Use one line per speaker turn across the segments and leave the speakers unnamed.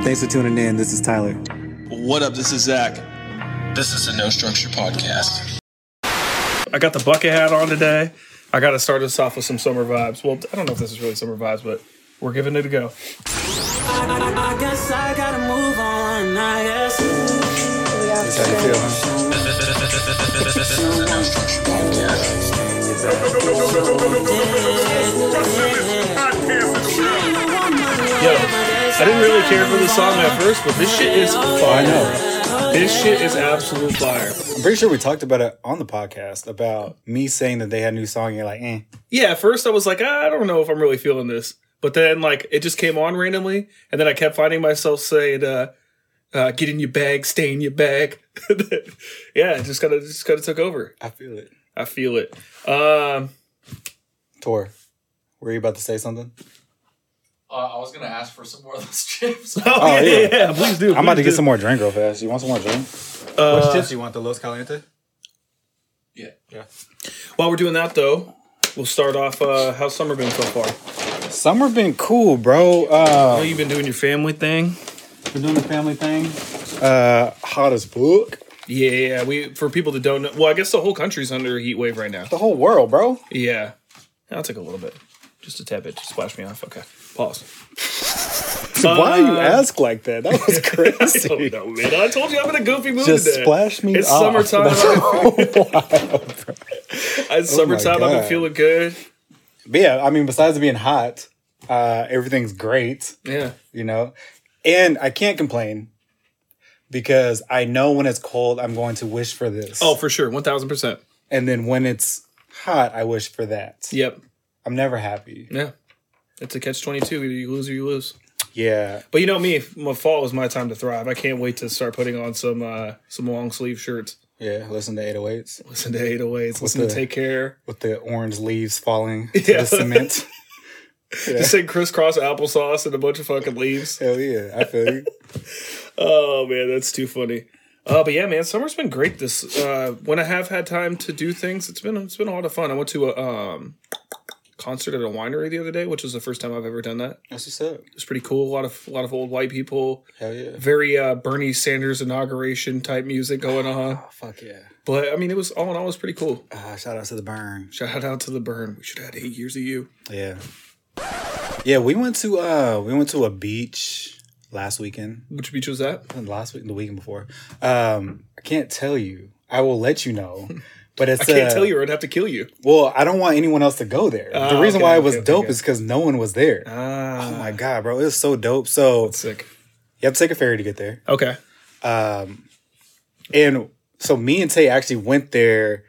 Thanks for tuning in. This is Tyler.
What up? This is Zach. This is the No Structure Podcast.
I got the bucket hat on today. I got to start us off with some summer vibes. Well, I don't know if this is really summer vibes, but we're giving it a go.
I guess I gotta move on, I guess.
Yo, I didn't really care for this song at first, but this shit is
Oh, I
fire.
know.
This shit is absolute fire.
I'm pretty sure we talked about it on the podcast about me saying that they had a new song. And you're like, eh.
Yeah, at first I was like, "Ah, I don't know if I'm really feeling this, but then like it just came on randomly, and then I kept finding myself saying, uh, uh, "Get in your bag, stay in your bag." yeah, it just kind of just kind of took over.
I feel it.
I feel it. Um,
Tor, were you about to say something?
Uh, I was gonna ask for some more of those chips.
oh,
Oh,
yeah,
yeah.
yeah, yeah, please do.
I'm about to
please
get some more drink real fast. You want some more drink?
do. Uh,
Which tips do you want? The Los Caliente?
yeah.
While we're doing that, though, we'll start off. Uh, how's summer been so far?
Summer been cool, bro. Uh,
Well, you've been doing your family thing.
We're doing the family thing. Uh, hot as book.
Yeah, yeah. We for people that don't know, well, I guess the whole country's under a heat wave right now.
The whole world, bro.
Yeah, I'll take a little bit, just a tad bit, just splash me off. Okay, pause.
Why you
Uh,
ask like that? That was
I don't
crazy.
know, Oh, man. I told you I'm in a goofy mood
Just
today.
splash me
It's
off.
summertime.
That's wild, bro. Oh
It's summertime. I've been
God.
feeling good.
But yeah, I mean, besides being hot, uh, everything's great,
Yeah.
you know? And I can't complain because I know when it's cold, I'm going to wish for this.
Oh, for sure, one thousand percent.
And then when it's hot, I wish for that.
Yep.
I'm never happy.
Yeah. It's a catch twenty two. Either you lose or you lose.
Yeah.
But you know me, my fall is my time to thrive. I can't wait to start putting on some uh some long sleeve shirts.
Yeah. Listen to 808s
Listen to 808s, listen to
the-
Take Care.
with the orange leaves falling to
Yeah.
the cement.
Just say crisscross applesauce and a bunch of fucking leaves.
Hell yeah. I feel you.
Oh man, that's too funny. Uh, but yeah, man, summer's been great. This uh, when I have had time to do things, it's been it's been a lot of fun. I went to a um, concert at a winery the other day, which was the first time I've ever done that.
That's what's up.
It's pretty cool. A lot of a lot of old white people,
Hell yeah.
very uh, Bernie Sanders inauguration type music going on.
Fuck yeah.
But I mean, it was all in all, it was pretty cool.
Uh, shout out to the burn.
Shout out to the burn. We should have had eight years of you.
Yeah. Yeah, we went to uh we went to a beach last weekend.
Which beach was that?
Last week the weekend before. Um I can't tell you. I will let you know. But it's
I can't
uh,
tell you, or I'd have to kill you.
Well, I don't want anyone else to go there. the
Ah,
reason
okay,
why it
okay,
was
okay,
dope
okay.
is because no one was there.
Ah,
oh my god, bro. It was so dope. So
sick.
you have to take a ferry to get there.
Okay.
Um and so me and Tay actually went there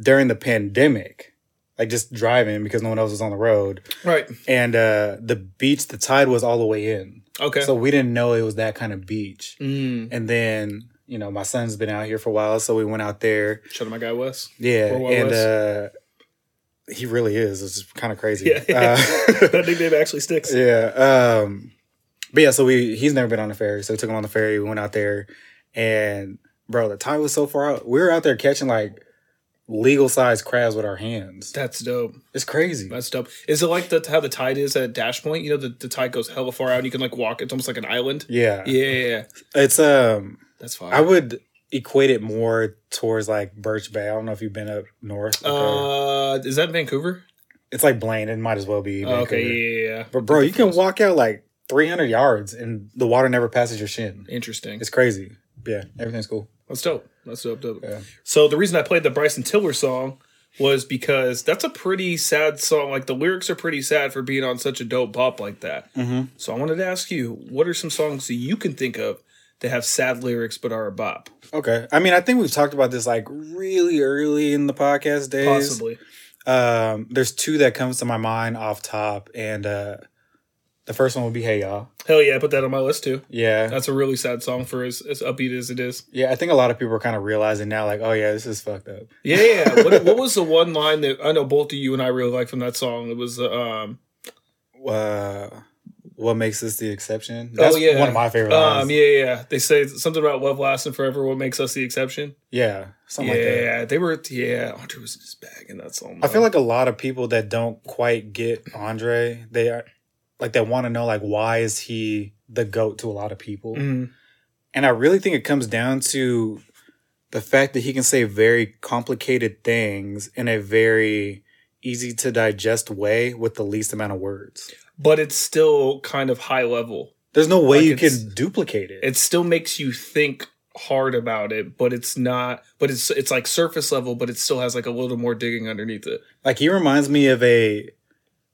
during the pandemic. Like just driving because no one else was on the road.
Right.
And uh the beach, the tide was all the way in.
Okay.
So we didn't know it was that kind of beach.
mm,
And then, you know, my son's been out here for a while, so we went out there.
shout out to my guy Wes.
Yeah.
Poor Wild
And
West.
uh he really is. It's kind of crazy.
Yeah.
Uh,
that nickname actually sticks.
yeah. Um but yeah, so we he's never been on a ferry, so we took him on the ferry, we went out there and bro, the tide was so far out. We were out there catching like legal sized crabs with our hands.
That's dope.
It's crazy.
That's dope. Is it like the how the tide is at Dash Point? You know, the, the tide goes hella far out and you can like walk. It's almost like an island.
Yeah.
Yeah, yeah, yeah.
It's um
That's fine.
I would equate it more towards like Birch Bay. I don't know if you've been up north. Okay.
Uh, is that Vancouver?
it's like Blaine. It might as well be.
Oh, okay,
Vancouver.
yeah, yeah, yeah.
But bro, you can walk out like 300 yards and the water never passes your shin.
Interesting.
It's crazy. Yeah, everything's cool.
That's dope. That's dope. dope.
Yeah.
So the reason I played the Bryson Tiller song was because that's a pretty sad song. Like the lyrics are pretty sad for being on such a dope pop like that.
Mhm.
So I wanted to ask you, what are some songs that you can think of that have sad lyrics but are a bop?
Okay. I mean, I think we've talked about this like really early in the podcast days.
Possibly.
Um, there's two that comes to my mind off top, and uh, the first one would be Hey Y'all.
Hell yeah, I put that on my list too.
Yeah.
That's a really sad song for as, as upbeat as it is.
yeah, I think a lot of people are kind of realizing now, like, oh yeah, this is fucked up.
Yeah, yeah. yeah. what, what was the one line that I know both of you and I really like from that song? It was um,
uh, what makes this the exception? That's
oh yeah,
one of my favorite lines.
Um,
yeah.
yeah, yeah. They say something about love lasting forever. What makes us the exception?
something like that.
yeah, they were. Yeah, Andre was in his bag in that song.
I feel like a lot of people that don't quite get Andre, they are like they want to know like why is he the goat to a lot of people.
Mhm.
And I really think it comes down to the fact that he can say very complicated things in a very easy to digest way with the least amount of words.
But it's still kind of high level.
There's no way
Like
you
it's-
can duplicate it.
It still makes you think hard about it, but it's not. But it's it's like surface level, but it still has like a little more digging underneath it.
Like he reminds me of a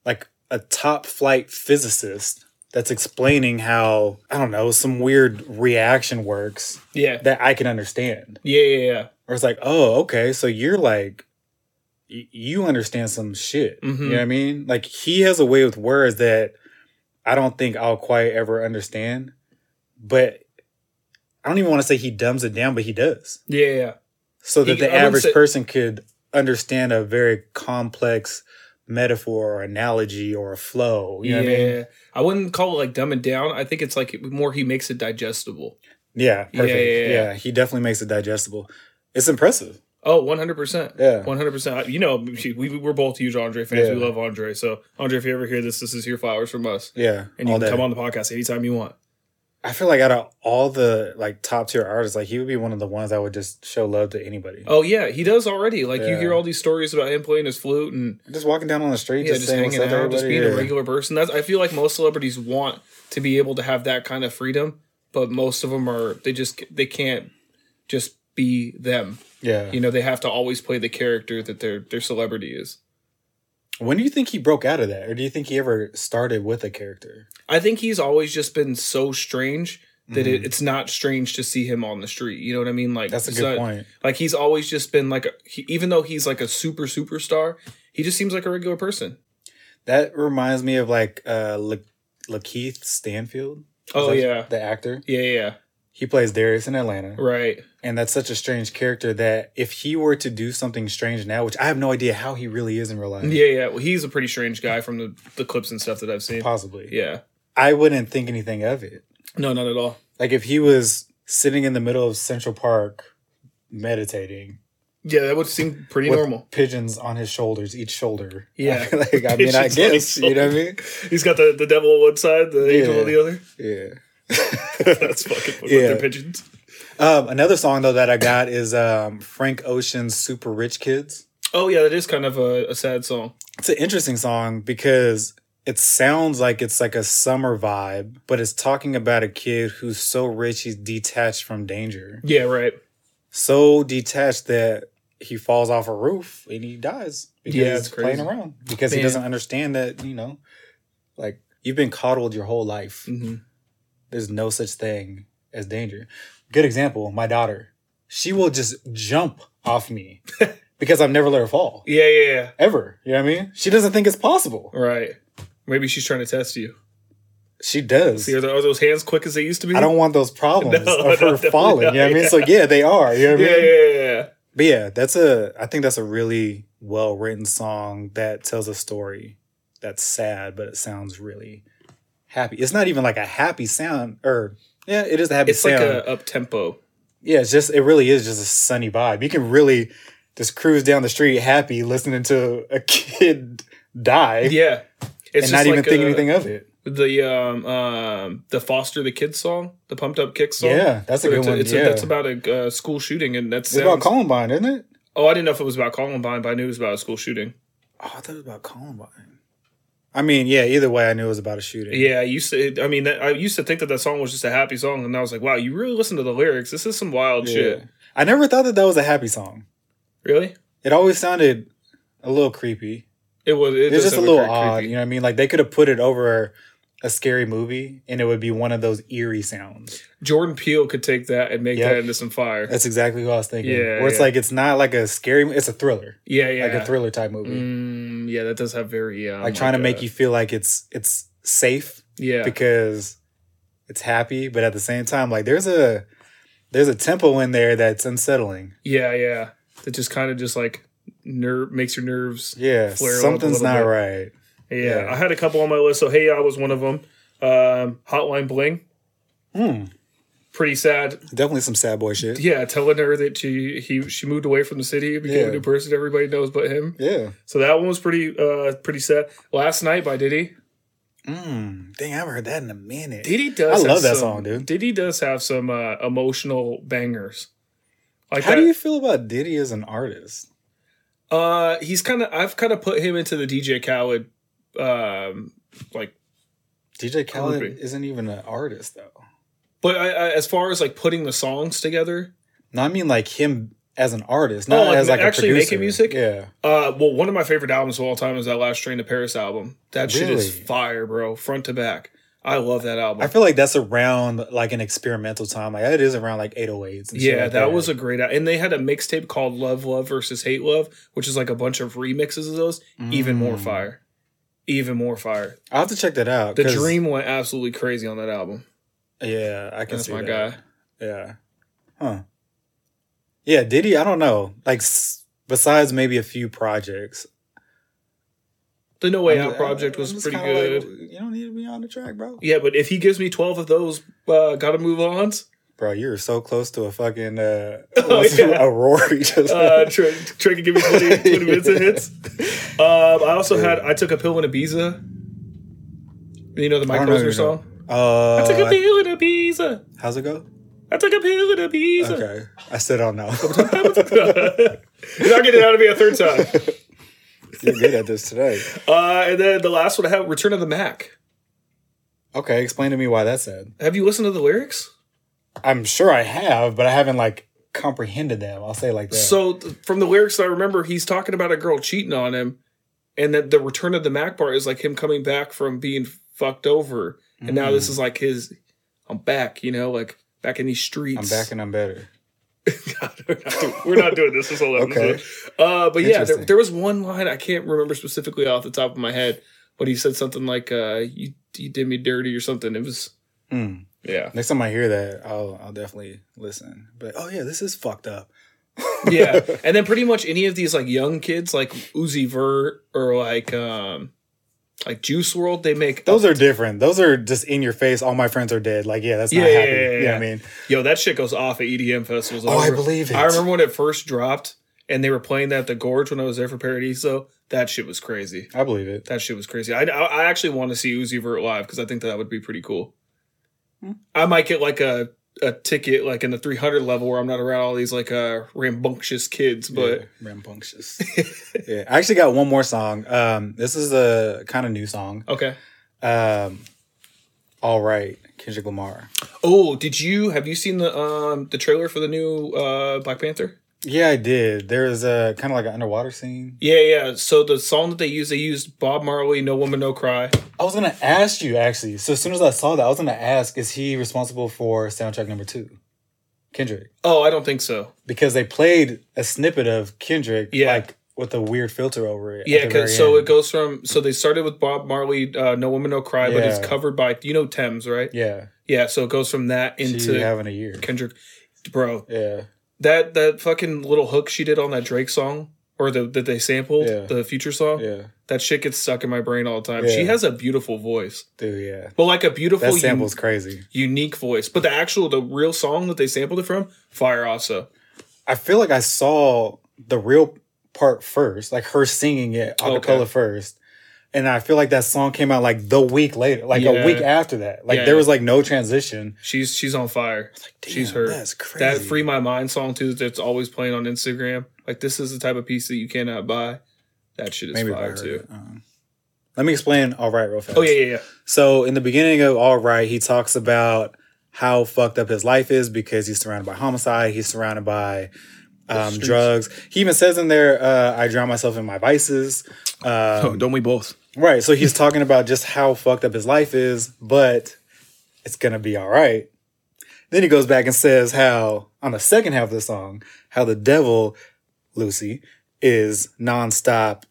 like a top flight physicist that's explaining how I don't know some weird reaction works
Yeah,
that I can understand.
yeah, yeah, yeah.
Or it's like, oh, okay, so you're like, y- you understand some shit. You
Mhm.
know what I mean? Like he has a way with words that I don't think I'll quite ever understand. But I don't even want to say he dumbs it down, but he does,
yeah, yeah.
so that
He- I
the
wouldn't
average
say-
person could understand a very complex metaphor or analogy or a flow. You know what I mean?
yeah. I wouldn't call it like dumbing down. I think it's like more he makes it digestible.
Yeah,
Yeah,
perfect.
yeah, yeah.
yeah, he definitely makes it digestible. It's impressive.
Oh, 100%.
Yeah.
100%. You know, we, we- we're both huge Andre fans. We
Yeah.
love Andre. So, Andre, if you ever hear this, this is your flowers from us.
Yeah,
And you
all
can
day.
come on the podcast anytime you want.
I feel like out of all the like top tier artists, like he would be one of the ones that would just show love to anybody.
Oh, yeah. He does already. Like, you
Yeah.
hear all these stories about him playing his flute and
Just walking down on the street,
yeah,
just,
just
saying what's
hanging
up to
out,
everybody.
just being a
yeah.
regular person. That's, I feel like most celebrities want to be able to have that kind of freedom, but most of them are, they just, they can't just be them.
Yeah.
You know, they have to always play the character that their their celebrity is.
When do you think he broke out of that, or do you think he ever started with a character?
I think he's always just been so strange that it, it's not strange to see him on the street. You know what I mean? Like
Mm-hmm. That's a
it's
good
not-
point.
Like he's always just been like, a, he, even though he's like a super superstar, he just seems like a regular person.
That reminds me of like uh La- Lakeith Stanfield. Is
Oh
that
yeah.
the actor.
yeah, yeah,
He plays Darius in Atlanta,
right.
and that's such a strange character that if he were to do something strange now, which I have no idea how he really is in real life,
Yeah, yeah. Well, he's a pretty strange guy from the the clips and stuff that I've seen.
possibly,
Yeah,
I wouldn't think anything of it.
no, not at all.
Like if he was sitting in the middle of Central Park meditating
Yeah, that would seem pretty
with
normal.
pigeons on his shoulders, each shoulder.
Yeah.
like I mean, I
Pigeons on his
guess you know what I mean.
He's got the the devil on one side, the angel on
Yeah.
the other.
Yeah.
That's fucking with
Yeah.
their pigeons.
um, another song though that I got is um, Frank Ocean's "Super Rich Kids."
Oh yeah, that is kind of a, a sad song.
It's an interesting song because it sounds like it's like a summer vibe, but it's talking about a kid who's so rich he's detached from danger,
Yeah, right.
so detached that he falls off a roof and he dies because
Yeah,
he's
it's crazy.
playing around because he
Man.
doesn't understand that you know, like you've been coddled your whole life.
Mm-hmm.
there's no such thing as danger. Good example, my daughter. She will just jump off me because I've never let her fall.
Yeah, yeah, yeah.
Ever. You know what I mean? She doesn't think it's possible.
Right. Maybe she's trying to test you.
She does.
See, are, tho- are those hands quick as they used to be?
I don't want those problems
No,
of
no,
her
definitely
falling. You know what I
not.
mean? So yeah, they are. You know what
Yeah,
I
yeah,
mean?
yeah, yeah.
But yeah, that's a I think that's a really well written song that tells a story that's sad, but it sounds really happy. It's not even like a happy sound or yeah, it is a happy
It's
sound.
like a up tempo.
yeah, it's just it really is just a sunny vibe. You can really just cruise down the street happy listening to a kid die
Yeah. It's
and not even
like
think
uh,
anything of it.
The um um the foster the kids song, the pumped up kick song.
Yeah, that's a good
it's
one.
it's
yeah.
that's about a uh, school shooting, and that's
it's about Columbine, isn't it?
oh, I didn't know if it was about Columbine, but I knew it was about a school shooting.
Oh, I thought it was about Columbine. I mean, yeah, either way I knew it was about a shooting.
Yeah, I used to. I mean, that, I used to think that that song was just a happy song, and I was like, wow, you really listen to the lyrics. This is some wild
Yeah.
Oh, shit.
I never thought that that was a happy song.
Really,
It always sounded a little creepy.
it was. It
It's
does
just a
sound
little
cre-
odd,
creepy.
you know what I mean? Like they could have put it over a scary movie and it would be one of those eerie sounds.
Jordan Peele could take that and make
Yep.
that into some fire.
That's exactly what I was thinking.
Yeah,
Where it's
yeah.
like it's not like a scary, it's a thriller,
yeah, yeah,
like a thriller type movie.
Mm, yeah, that does have very um,
like trying to make
a-
you feel like it's it's safe
yeah
because it's happy, but at the same time, like there's a there's a tempo in there that's unsettling.
yeah yeah that just kind of just like nerve makes your nerves
Yeah,
Flare up a
something's
little
not
bit.
right.
yeah.
Yeah.
I had a couple on my list so hey I was one of them um, Hotline Bling
Hmm.
pretty sad
Definitely some sad boy shit. Yeah.
yeah telling her that she he she moved away from the city became
Yeah.
a new person everybody knows but him so that one was pretty uh pretty sad Last Night by Diddy
Mm, dang, I haven't heard that in a minute.
Diddy
I
does. have
love that
some-
song, dude.
Diddy does have some uh, emotional bangers. Like
How
that,
do you feel about Diddy as an artist?
Uh, he's kind of. I've kind of put him into the DJ Khaled. Um, like,
DJ Khaled
Groupie.
isn't even an artist though.
but I, I, as far as like putting the songs together,
No, I mean like him as an artist, not
Oh, like
as like
actually
a
making
producer.
music?
Yeah,
uh, well, one of my favorite albums of all time is that Last Train to Paris album. That shit is
Really?
fire, bro, front to back. I love that album.
I feel like that's around like an experimental time. Like that is around like 808s. And shit
yeah,
like
that was a great. al- And they had a mixtape called Love Love versus Hate Love, which is like a bunch of remixes of those. Even more
Mm.
fire. Even more fire.
I'll have to check that out.
The
'cause-
Dream went absolutely crazy on that album.
Yeah, I can
That's
see
my
that.
guy.
Yeah. Huh. Yeah, Diddy. I don't know. Like s- besides maybe a few projects.
The No Way
I'm-
Out project
I'm
was
just
pretty
kinda
good.
like, you don't need to be on the track, bro.
Yeah, but if he gives me 12 of those, uh, gotta move on.
Bro, you're so close to a fucking uh,
Oh,
what's-
yeah.
a Rory. Just
Uh, Trey, Trey can give me 20, 20 minutes of hits. Um, I also had, I took a pill in Ibiza. You know the
I
Mike
don't know
Posner
who
song?
Uh,
I took a pill in Ibiza.
how's it go?
I took a pill in Ibiza.
Okay, I still don't know.
You're not getting it out of me a third time.
You're good at this today.
Uh, and then the last one I have, Return of the Mac.
Okay, explain to me why that's sad.
Have you listened to the lyrics?
I'm sure I have, but I haven't like comprehended them. I'll say it like that.
So th- from the lyrics, I remember he's talking about a girl cheating on him, and that the return of the Mac part is like him coming back from being fucked over, and now
Mm.
this is like his, I'm back, you know, like back in these
I'm
streets.
back and I'm better.
we're, not doing, we're not doing this. This whole episode.
Okay.
Uh, but yeah, there,
Interesting.
there was one line I can't remember specifically off the top of my head, but he said something like, uh, "You you did me dirty" or something. It was
Hmm.
yeah,
Next time I hear that, I'll I'll definitely listen. But oh yeah, this is fucked up.
yeah. And then pretty much any of these like young kids, like Uzi Vert or like um like Juice World, they make
Those are different. Those are just in your face. All my friends are dead. Like yeah, that's not
Yeah, yeah,
happy.
yeah,
you
yeah.
know what I mean?
Yo, that shit goes off at EDM festivals.
Oh, I
remember-
believe it.
I remember when it first dropped and they were playing that at the Gorge when I was there for Paradiso. That shit was crazy.
I believe it.
That shit was crazy. I, I, I actually want to see Uzi Vert live because I think that would be pretty cool.
Hmm.
I might get like a, a ticket like in the 300 level where I'm not around all these like uh rambunctious kids, but
yeah, rambunctious. yeah, I actually got one more song. Um, this is a kind of new song.
okay.
Um, all right, Kendrick Lamar.
Oh, did you have you seen the um the trailer for the new uh Black Panther?
Yeah, I did. There was a kind of like an underwater scene.
Yeah, yeah. So the song that they used, they used Bob Marley, "No Woman, No Cry."
I was gonna ask you actually. So as soon as I saw that, I was gonna ask, is he responsible for soundtrack number two, Kendrick?
Oh, I don't think so.
Because they played a snippet of Kendrick,
Yeah.
like with a weird filter over it. at
Yeah,
the
'cause-
very
so it
end.
goes from so they started with Bob Marley, uh, "No Woman, No Cry," but it's
Yeah.
covered by you know Thames, right?
yeah,
Yeah, so it goes from that
into
into
having a year.
Kendrick, bro.
Yeah,
That that fucking little hook she did on that Drake song or the that they sampled
Yeah.
the Future song.
yeah,
That shit gets stuck in my brain all the time. She
Yeah.
has a beautiful voice,
dude, yeah.
but like a beautiful
That
uni-
sample's crazy.
unique voice. But the actual the real song that they sampled it from, fire also.
I feel like I saw the real part first, like her singing it a
Okay.
cappella first. And I feel like that song came out like the week later, like
Yeah.
a week after that. Like
Yeah.
there was like no transition.
She's she's on fire. She's
Damn,
her.
That's crazy.
That free my mind song too that's always playing on Instagram. Like this is the type of piece that you cannot buy. That shit is
Maybe if I
fire
heard
too.
it. Um, let me explain All Right real fast.
Oh yeah, yeah, yeah.
So in the beginning of All Right, he talks about how fucked up his life is because he's surrounded by homicide. He's surrounded by um,
streets.
drugs. He even says in there, uh, I drown myself in my vices.
Oh,
Um,
don't we both?
Right. So he's talking about just how fucked up his life is, but it's going to be all right. Then he goes back and says how, on the second half of the song, how the devil, Lucy, is nonstop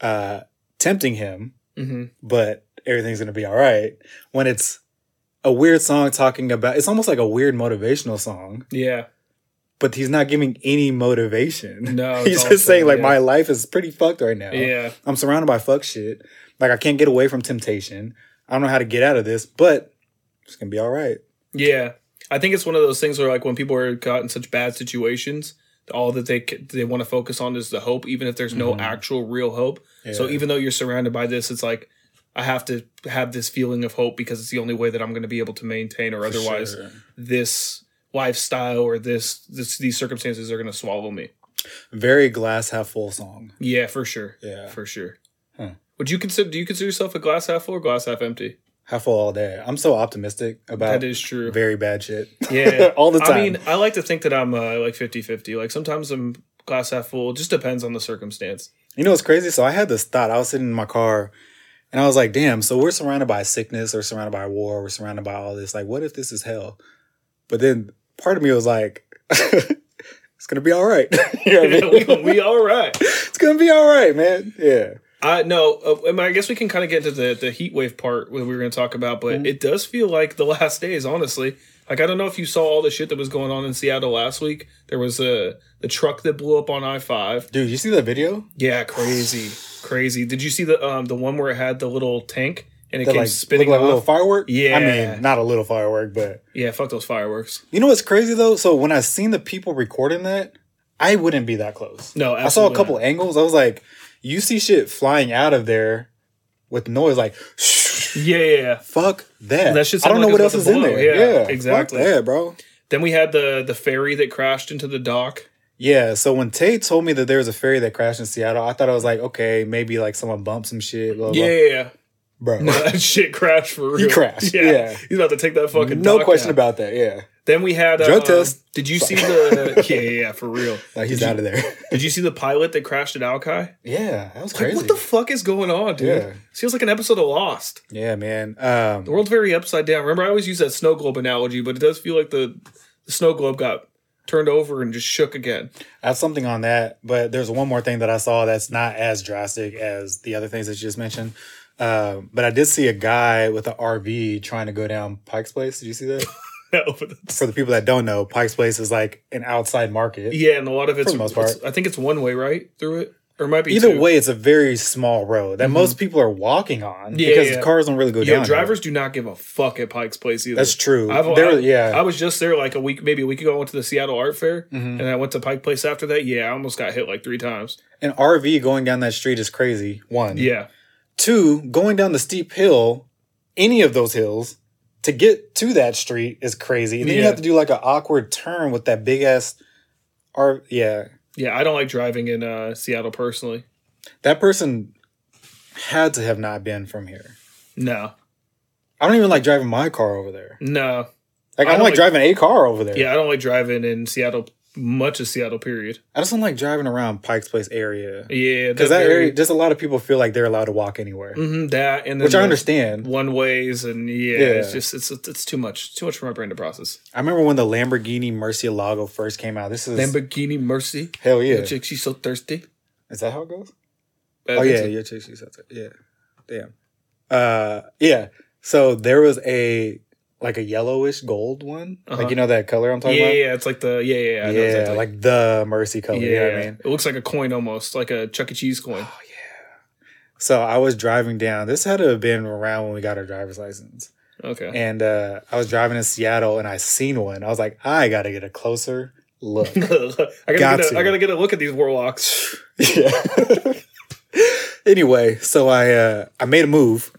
uh, tempting him,
hmm
but everything's going to be all right. When it's a weird song talking about, it's almost like a weird motivational song,
Yeah.
but he's not giving any motivation.
No, it's
He's
all
just saying,
sad,
like,
yeah.
my life is pretty fucked right now.
Yeah.
I'm surrounded by fuck shit. Like I can't get away from temptation. I don't know how to get out of this, but it's gonna be all right.
Yeah. I think it's one of those things where like when people are caught in such bad situations, all that they c- they want to focus on is the hope, even if there's no actual real hope. So
Mm-hmm. Yeah.
even though you're surrounded by this, it's like I have to have this feeling of hope because it's the only way that I'm going to be able to maintain, or otherwise,
Sure.
this lifestyle or this, this these circumstances are going to swallow me.
Very glass half full song.
Yeah, for sure.
Yeah.
for sure.
Huh.
Would you consider? Do you consider yourself a glass half full or glass half empty?
Half full all day. I'm so optimistic about
That is true.
very bad shit.
Yeah,
all the time.
I mean, I like to think that I'm uh, like 50-50. Like sometimes I'm glass half full. It just depends on the circumstance.
You know what's crazy? So I had this thought. I was sitting in my car and I was like, damn, so we're surrounded by sickness, we're surrounded by war, we're surrounded by all this. Like, what if this is hell? But then part of me was like, it's gonna be all right. you know what I
we,
mean?
we all right.
it's gonna be all right, man. Yeah.
I no. Uh, I, mean, I guess we can kind of get to the the heat wave part what we were going to talk about, but
Mm-hmm.
it does feel like the last days. Honestly, like I don't know if you saw all the shit that was going on in Seattle last week. There was uh, the truck that blew up on I five.
Dude, you see that video?
Yeah, crazy, crazy. Did you see the um the one where it had the little tank and it
That
came
like
spinning
looked like a little
off?
firework? I
Yeah.
mean, not a little firework, but
yeah, fuck those fireworks.
you know what's crazy though? So when I seen the people recording that, I wouldn't be that close.
No,
I saw a
absolutely
couple
not.
angles. I was like, you see shit flying out of there with noise like
Yeah, yeah, yeah.
fuck that.
That shit
I don't
sounded
know
like
what else
it's about
is
to
in
blow.
there.
Yeah,
Yeah,
exactly.
Fuck that, bro.
Then we had the the ferry that crashed into the dock.
Yeah. So when Tay told me that there was a ferry that crashed in Seattle, I thought I was like, okay, maybe like someone bumped some shit. Blah, blah,
Yeah, yeah,
bro.
yeah. that shit crashed for real.
crashed, yeah.
he's about to take that fucking.
no
dock
question
down.
about that. Yeah,
Then we had
Drug
uh,
test.
Did you see the? Yeah, yeah, yeah, for real.
like he's
did you,
out of there.
Did you see the pilot that crashed at Alki?
yeah, that was
Like,
crazy.
what the fuck is going on, dude?
Yeah.
Feels like an episode of Lost.
yeah, man.
The
Um,
world's very upside down. Remember, I always use that snow globe analogy, but it does feel like the, the snow globe got turned over and just shook again.
I have something on that, but there's one more thing that I saw that's not as drastic as the other things that you just mentioned. Um, but I did see a guy with an RV trying to go down Pike's Place. Did you see that?
No, but that's-
For the people that don't know, Pike's Place is like an outside market.
yeah, and a lot of it's,
the most part.
it's- I think it's one way, right, through it, or it might be
Either
two.
way, it's a very small road that most people are walking on
Mm-hmm. Yeah,
because
yeah.
cars don't really go
Yeah,
down.
drivers do not give a fuck at Pike's Place either.
That's true.
I've,
There-
I-
yeah.
I was just there like a week, maybe a week ago. I went to the Seattle Art Fair,
Mm-hmm.
and I went to Pike Place after that. Yeah, I almost got hit like three times.
An RV going down that street is crazy. One.
Yeah,
Two, going down the steep hill, any of those hills, to get to that street is crazy. And then you
Yeah.
have to do like an awkward turn with that big ass R yeah.
yeah. I don't like driving in uh, Seattle personally.
That person had to have not been from here.
No,
I don't even like driving my car over there.
no.
Like I,
I
don't
don't
like,
like-
driving a car over there.
Yeah, I don't like driving in Seattle. Much of Seattle, period.
I just don't like driving around Pike's Place area.
Yeah,
Because that area, just a lot of people feel like they're allowed to walk anywhere,
hmm that, and then
which I
the
understand.
One ways, and yeah, it's
Yeah.
just it's it's too much, too much for my brain to process.
I remember when the Lamborghini Murcielago first came out. This is
Lamborghini Mercy,
hell yeah.
That chick, she's so thirsty.
Is that how it goes?
Uh,
oh
that's
yeah,
a-
your chick. She's out there. Yeah, damn. Uh, yeah. So there was a like a yellowish gold one,
Uh-huh.
like you know that color I'm talking
yeah,
about.
yeah, it's like the yeah, yeah, yeah, I know
Yeah,
exactly.
like the Mercy color.
yeah,
You know what I mean?
it looks like a coin almost, like a Chuck E. Cheese coin.
So I was driving down. This had to have been around when we got our driver's license.
Okay,
And uh, I was driving in Seattle and I seen one. I was like, I gotta get a closer look.
I
Got
gotta get a,
to.
I gotta get a look at these warlocks.
yeah. anyway, so I uh I made a move,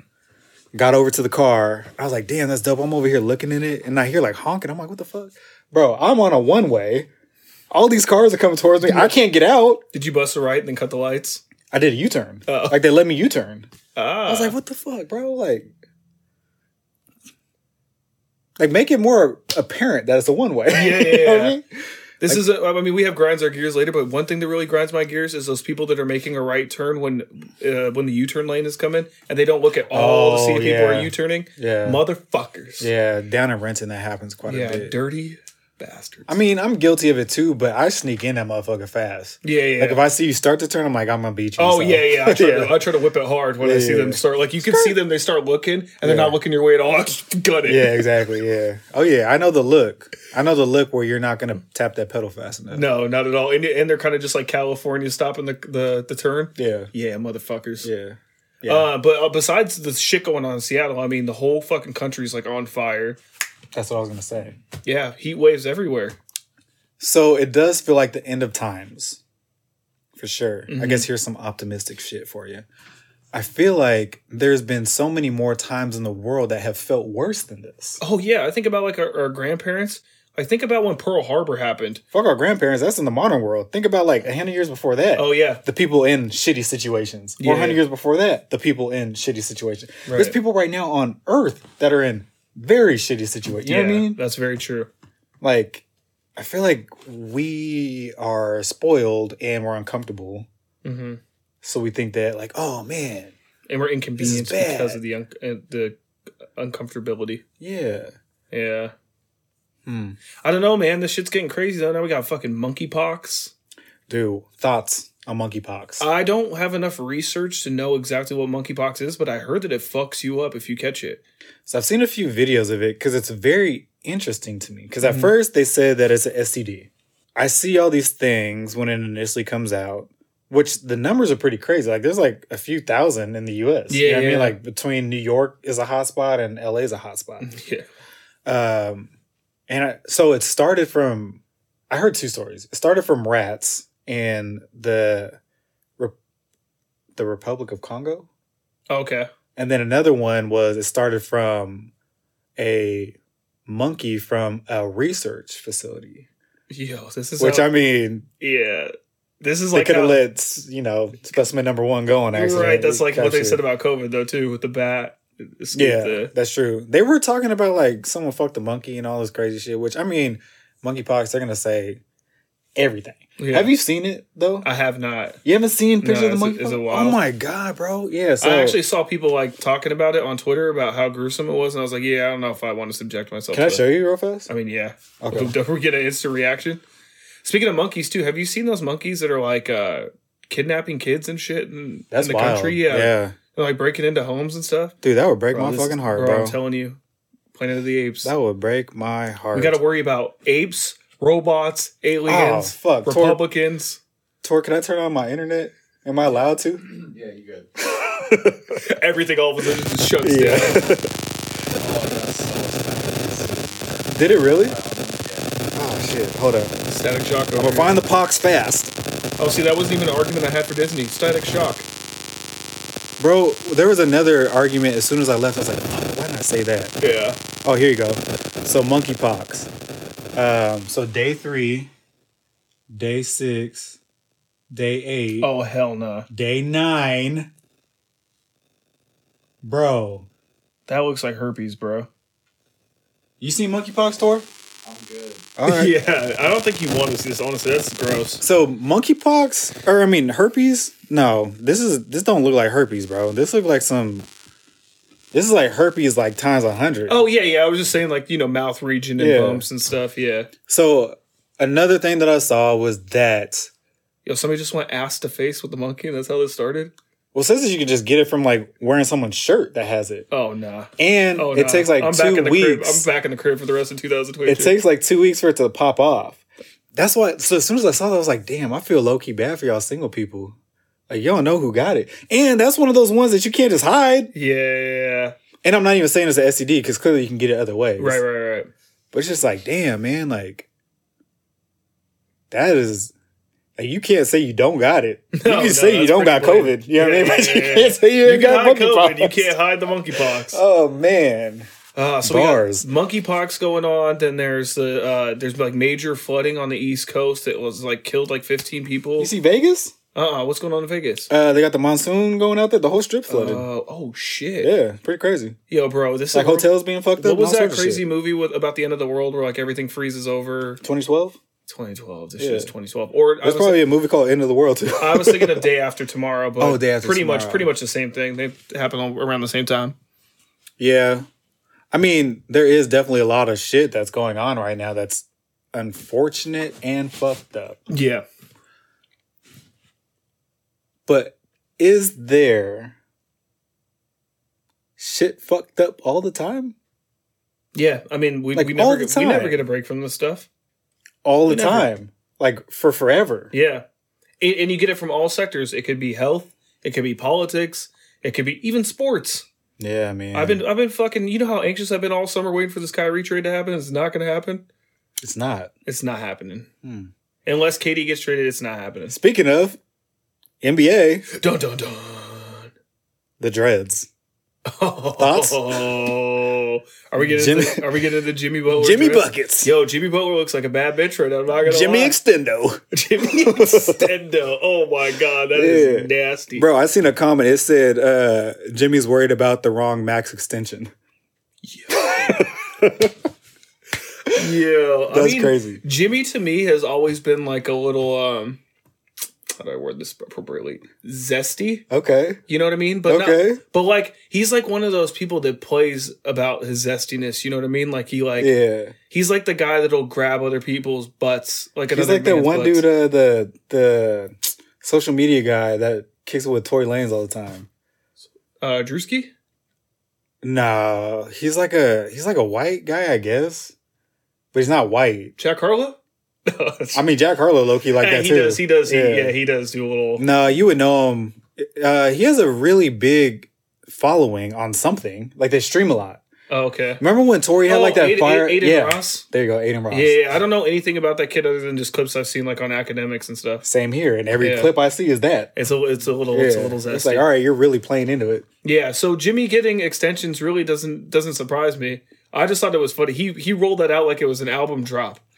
got over to the car. I was like, damn, that's dope. I'm over here looking in it, and I hear like honking. I'm like, what the fuck? Bro, I'm on a one way. All these cars are coming towards me. I can't get out.
Did you bust a right and then cut the lights?
I did a U-turn.
Oh.
Like they let me U-turn.
Ah,
I was like, what the fuck, bro? Like like make it more apparent that it's a one way.
Yeah, yeah,
You know what I
yeah.
mean?
this is. A, I mean, we have grinds our gears later, but one thing that really grinds my gears is those people that are making a right turn when uh, when the U turn lane is coming and they don't look at all to see
Oh,
if people
yeah.
are U turning.
Yeah.
motherfuckers.
Yeah, down in Renton that happens quite
yeah,
a bit.
dirty bastards.
I mean, I'm guilty of it too, but I sneak in that motherfucker fast.
yeah, yeah.
Like if I see you start to turn, I'm like, I'm gonna beat you.
Oh
so.
yeah, yeah. I try,
yeah.
To, I try to whip it hard when I
Yeah,
see
yeah,
them
yeah.
start. Like you can see them, they start looking, and they're not
Yeah.
looking your way at all. I just gun it.
Yeah, exactly. Yeah. Oh yeah, I know the look. I know the look where you're not gonna tap that pedal fast enough.
No, not at all. And, and they're kind of just like California stopping the the, the turn.
Yeah.
Yeah, motherfuckers.
Yeah.
Uh, but uh, besides the shit going on in Seattle, I mean, the whole fucking country's like on fire.
That's what I was gonna say.
Yeah, heat waves everywhere.
So it does feel
Mm-hmm.
like the end of times, for sure. I guess here's some optimistic shit for you. I feel like there's been so many more times in the world that have felt worse than this.
Oh yeah, I think about like our, our grandparents. I think about when Pearl Harbor happened.
Fuck our grandparents. That's in the modern world. Think about like a hundred years before that.
Oh yeah,
the people in shitty situations. Or
Yeah.
100 years before that, the people in shitty situations. There's
Right.
people right now on Earth that are in very shitty situations. You
yeah,
know what I mean?
that's very true.
Like, I feel like we are spoiled and we're uncomfortable.
hmm
So we think that, like, oh man,
And we're inconvenienced
bad.
because of the un- uh, the uncomfortability.
yeah.
Yeah,
Hmm.
I don't know, man. This shit's getting crazy though. Now we got fucking monkeypox.
Dude, thoughts on monkeypox.
I don't have enough research to know exactly what monkeypox is, but I heard that it fucks you up if you catch it.
so I've seen a few videos of it because it's very interesting to me. Because
Mm-hmm.
at first they said that it's an STD. I see all these things when it initially comes out, which the numbers are pretty crazy. Like there's like a few thousand in the US. you know what I
Yeah,
mean?
yeah.
Like between New York is a hotspot and LA is a hotspot.
Yeah. Mm-hmm.
Um, and I, so it started from, I heard two stories. It started from rats in the, Re- the Republic of Congo.
Okay.
And then another one was it started from a monkey from a research facility,
Yo, this is
which
how-
I mean,
yeah. This is
they
like
could have
how-
let s- you know specimen number one go on accident.
right. That's like what they
Gotcha.
said about COVID though too with the bat. It scooped
Yeah,
the-
that's true. They were talking about like someone fucked a monkey and all this crazy shit. Which I mean, monkeypox. They're gonna say everything.
yeah.
Have you seen it though?
I have not.
you haven't seen pictures
No,
of the
it's a-
monkey.
it's a
oh
while.
my god, bro! Yeah, so
I actually saw people like talking about it on Twitter about how gruesome it was, and I was like, yeah, I don't know if I want to subject myself.
can I
to
show
it.
you real fast?
I mean, yeah.
Okay.
Don't we get an instant reaction? Speaking of monkeys too, have you seen those monkeys that are like uh kidnapping kids and shit in,
That's
in the
wild.
country?
yeah.
They're, like breaking into homes and stuff.
dude, that would break my
this-
fucking heart,
bro,
bro.
I'm telling you, Planet of the Apes.
That would break my heart.
we got to worry about apes, robots, aliens,
Oh, fuck. Tor-
Republicans.
Tor, can I turn on my internet? Am I allowed to?
Yeah, you good.
Everything all of a sudden just shuts down.
Did it really? Oh shit! Hold up.
Static shock. Over
We'll
here.
find the pox fast,
Oh, see, that wasn't even an argument I had for Disney. Static shock.
bro. There was another argument as soon as I left. I was like, "Fuck, why did I say that?
Yeah.
Oh, here you go. So monkeypox. Um, so day three, day six, day eight,
Oh hell no.
day nine, bro.
That looks like herpes, bro.
You seen monkeypox, Tor?
I'm good.
All right.
Yeah, I don't think you want to see this. Honestly, that's gross.
So monkeypox, or I mean herpes? No, this is this don't look like herpes, bro. This look like some. This is like herpes, like times a hundred.
Oh yeah, yeah. I was just saying, like you know, mouth region and
Yeah.
bumps and stuff. Yeah.
So another thing that I saw was that.
Yo, somebody just went ass to face with the monkey, and that's how this started.
Well, it says that you can just get it from like wearing someone's shirt that has it,
Oh nah.
and
Oh,
it
nah.
takes like
I'm
two
back in the Crib.
weeks.
I'm back in the crib for the rest of 2022.
It takes like two weeks for it to pop off. That's why. So as soon as I saw that, I was like, "Damn, I feel low key bad for y'all single people. Like y'all know who got it, and that's one of those ones that you can't just hide."
Yeah.
And I'm not even saying it's an STD because clearly you can get it other ways.
Right. Right. Right.
But it's just like, damn, man, like that is like you can't say you don't got it. You
No,
can
no,
say you
that's
don't got
pretty
COVID.
plain.
You know what I
Yeah,
mean? But
yeah,
you
yeah, yeah.
can't say you,
You
ain't got
got COVID.
monkeypox.
You can't hide the monkeypox.
Oh man.
Uh, so we got
Bars.
monkeypox going on. Then there's the uh, there's like major flooding on the East Coast that was like killed like 15 people.
You see Vegas?
Uh, uh what's going on in Vegas?
Uh they got the monsoon going out there. The whole strip flooded.
Uh, oh shit!
yeah, pretty crazy.
Yo, bro, this
Like
is
hotels being fucked up.
What
and
was
all
that
sorts of
crazy
shit.
movie with about the end of the world where like everything freezes over?
2012?
2012. This
Yeah.
shit is 2012. Or I was,
There's probably a movie called End of the World too.
I was thinking of Day After Tomorrow, but
Oh, Day After
pretty much
Tomorrow.
pretty much the same thing. They happen all around the same time.
Yeah. I mean, there is definitely a lot of shit that's going on right now that's unfortunate and fucked up.
Yeah.
But is there shit fucked up all the time?
Yeah, I mean, we,
Like,
we
all
never
the
get, we never
time.
get a break from this stuff.
All the
Never.
time. Like for forever.
Yeah. And, and you get it from all sectors. It could be health, it could be politics, it could be even sports.
Yeah, man.
I've been I've been fucking you know how anxious I've been all summer waiting for this Kyrie trade to happen. It's not gonna happen.
It's not.
It's not happening.
Hmm.
Unless Katie gets traded, it's not happening.
Speaking of NBA,
Dun dun dun.
the dreads. Thoughts?
Oh, are we getting into,
Jimmy-
are we getting into Jimmy Butler?
Jimmy
dress?
Buckets.
Yo, Jimmy Butler looks like a bad bitch right now. I'm not gonna
Jimmy
lie.
Extendo.
Jimmy Extendo. Oh my god, that is nasty,
Bro, I seen a comment. It said uh, Jimmy's worried about the wrong max extension.
Yeah,
That's crazy.
Jimmy to me has always been like a little um how do I word this appropriately? Zesty.
Okay.
You know what I mean? But not-
Okay.
but like he's like one of those people that plays about his zestiness, you know what I mean? Like he like
Yeah.
he's like the guy that'll grab other people's butts like
He's
another
like that
man's
one
butts.
dude, uh, the the social media guy that kicks it with Tory Lanez all the time.
uh Drewski?
Nah, he's like a he's like a white guy, I guess, but he's not white.
Jack Harlow? No,
I mean, Jack Harlow, Loki, like that
he
too.
does, he does, he, yeah, he does do a little
No, you would know him. Uh, he has a really big following on something. Like they stream a lot.
oh, okay.
Remember when Tori had
oh,
like that
Aiden-
fire?
Aiden
yeah,
Ross?
there you go, Aiden Ross.
Yeah, I don't know anything about that kid other than just clips I've seen like on academics and stuff.
Same here, and every
Yeah.
clip I see is that.
It's a it's a little it's a
Yeah.
little zesty.
It's like, all right, you're really playing into it.
Yeah, so Jimmy getting extensions really doesn't doesn't surprise me. I just thought it was funny. He he rolled that out like it was an album drop.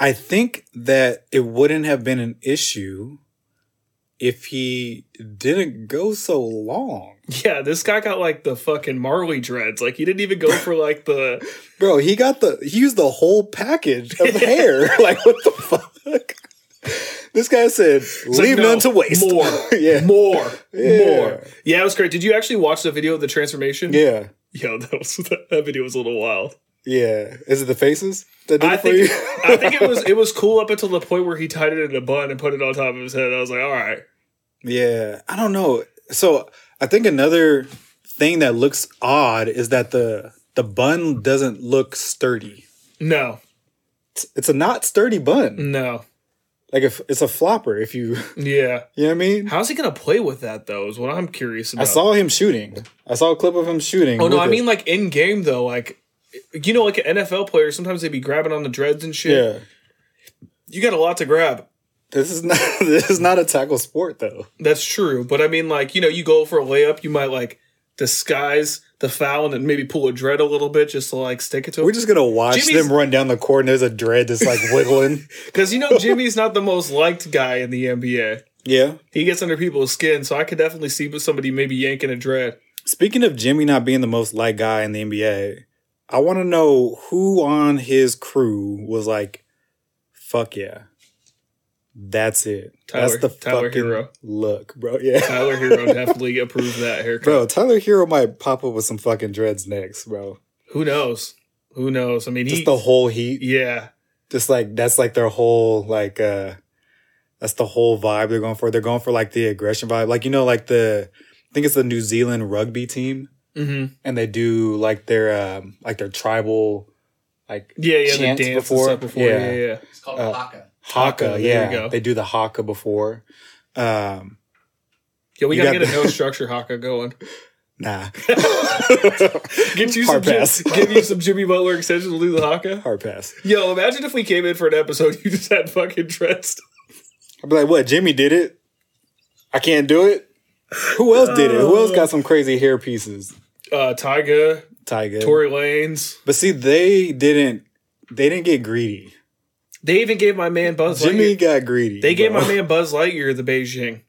I think that it wouldn't have been an issue if he didn't go so long.
Yeah, this guy got like the fucking Marley dreads. Like he didn't even go for like the
Bro, he got the he used the whole package of hair. like what the fuck? This guy said,
It's like,
"Leave
no,
none to waste."
More,
yeah,
more,
Yeah.
more. Yeah, it was great. Did you actually watch the video of the transformation?
yeah,
Yo, that was that, that video was a little wild.
yeah. Is it the faces that did
I
it for
think
you?
I think it was it was cool up until the point where he tied it in a bun and put it on top of his head. I was like, all right.
Yeah, I don't know. So I think another thing that looks odd is that the the bun doesn't look sturdy.
No,
It's, it's a not sturdy bun.
no.
Like if it's a flopper, if you
Yeah.
you know what I mean.
How's he gonna play with that though? Is what I'm curious about.
I saw him shooting. I saw a clip of him shooting.
Oh no,
with
I
it.
mean like in game though, like you know, like an NFL player, sometimes they be grabbing on the dreads and shit.
yeah.
You got a lot to grab.
This is not this is not a tackle sport though.
That's true. But I mean like, you know, you go for a layup, you might like disguise the foul and then maybe pull a dread a little bit just to like stick it to
We're
him.
just gonna watch
Jimmy's-
them run down the court and there's a dread that's like wiggling.
Because you know Jimmy's not the most liked guy in the NBA.
yeah.
He gets under people's skin, so I could definitely see somebody maybe yanking a dread.
Speaking of Jimmy not being the most liked guy in the NBA, I want to know who on his crew was like, "Fuck yeah, that's it. that's
Tyler-
the
Tyler
fucking
Hero.
look, bro. Yeah,
Tyler Hero definitely approved that haircut.
bro. Tyler Hero might pop up with some fucking dreads next, bro.
Who knows? Who knows? I mean, he,
Just the whole heat.
yeah,
Just like that's like their whole like uh that's the whole vibe they're going for. They're going for like the aggression vibe, like you know, like the I think it's the New Zealand rugby team,
hmm
and they do like their um like their tribal like
yeah, yeah.
Chants
the dance
before?
and stuff before, yeah,
Yeah.
yeah. yeah.
It's called
Oh.
Haka.
Haka,
Haka, there you
yeah.
go.
They do the haka before. Um
Yeah, we
You
gotta
got
get a
the-
no structure haka going.
nah.
Get you
Hard
some Jim-
pass.
give you some Jimmy Butler extension to do the haka.
Hard pass.
Yo, imagine if we came in for an episode, you just had fucking dressed.
I'd be like, what, Jimmy did it? I can't do it? Who else did it? Who else got some crazy hair pieces?
Uh Tyga,
Tiger.
Tory Lanes.
But see, they didn't they didn't get greedy.
They even gave my man Buzz
Jimmy
Lightyear.
got greedy.
They gave
bro.
my man Buzz Lightyear the Beijing.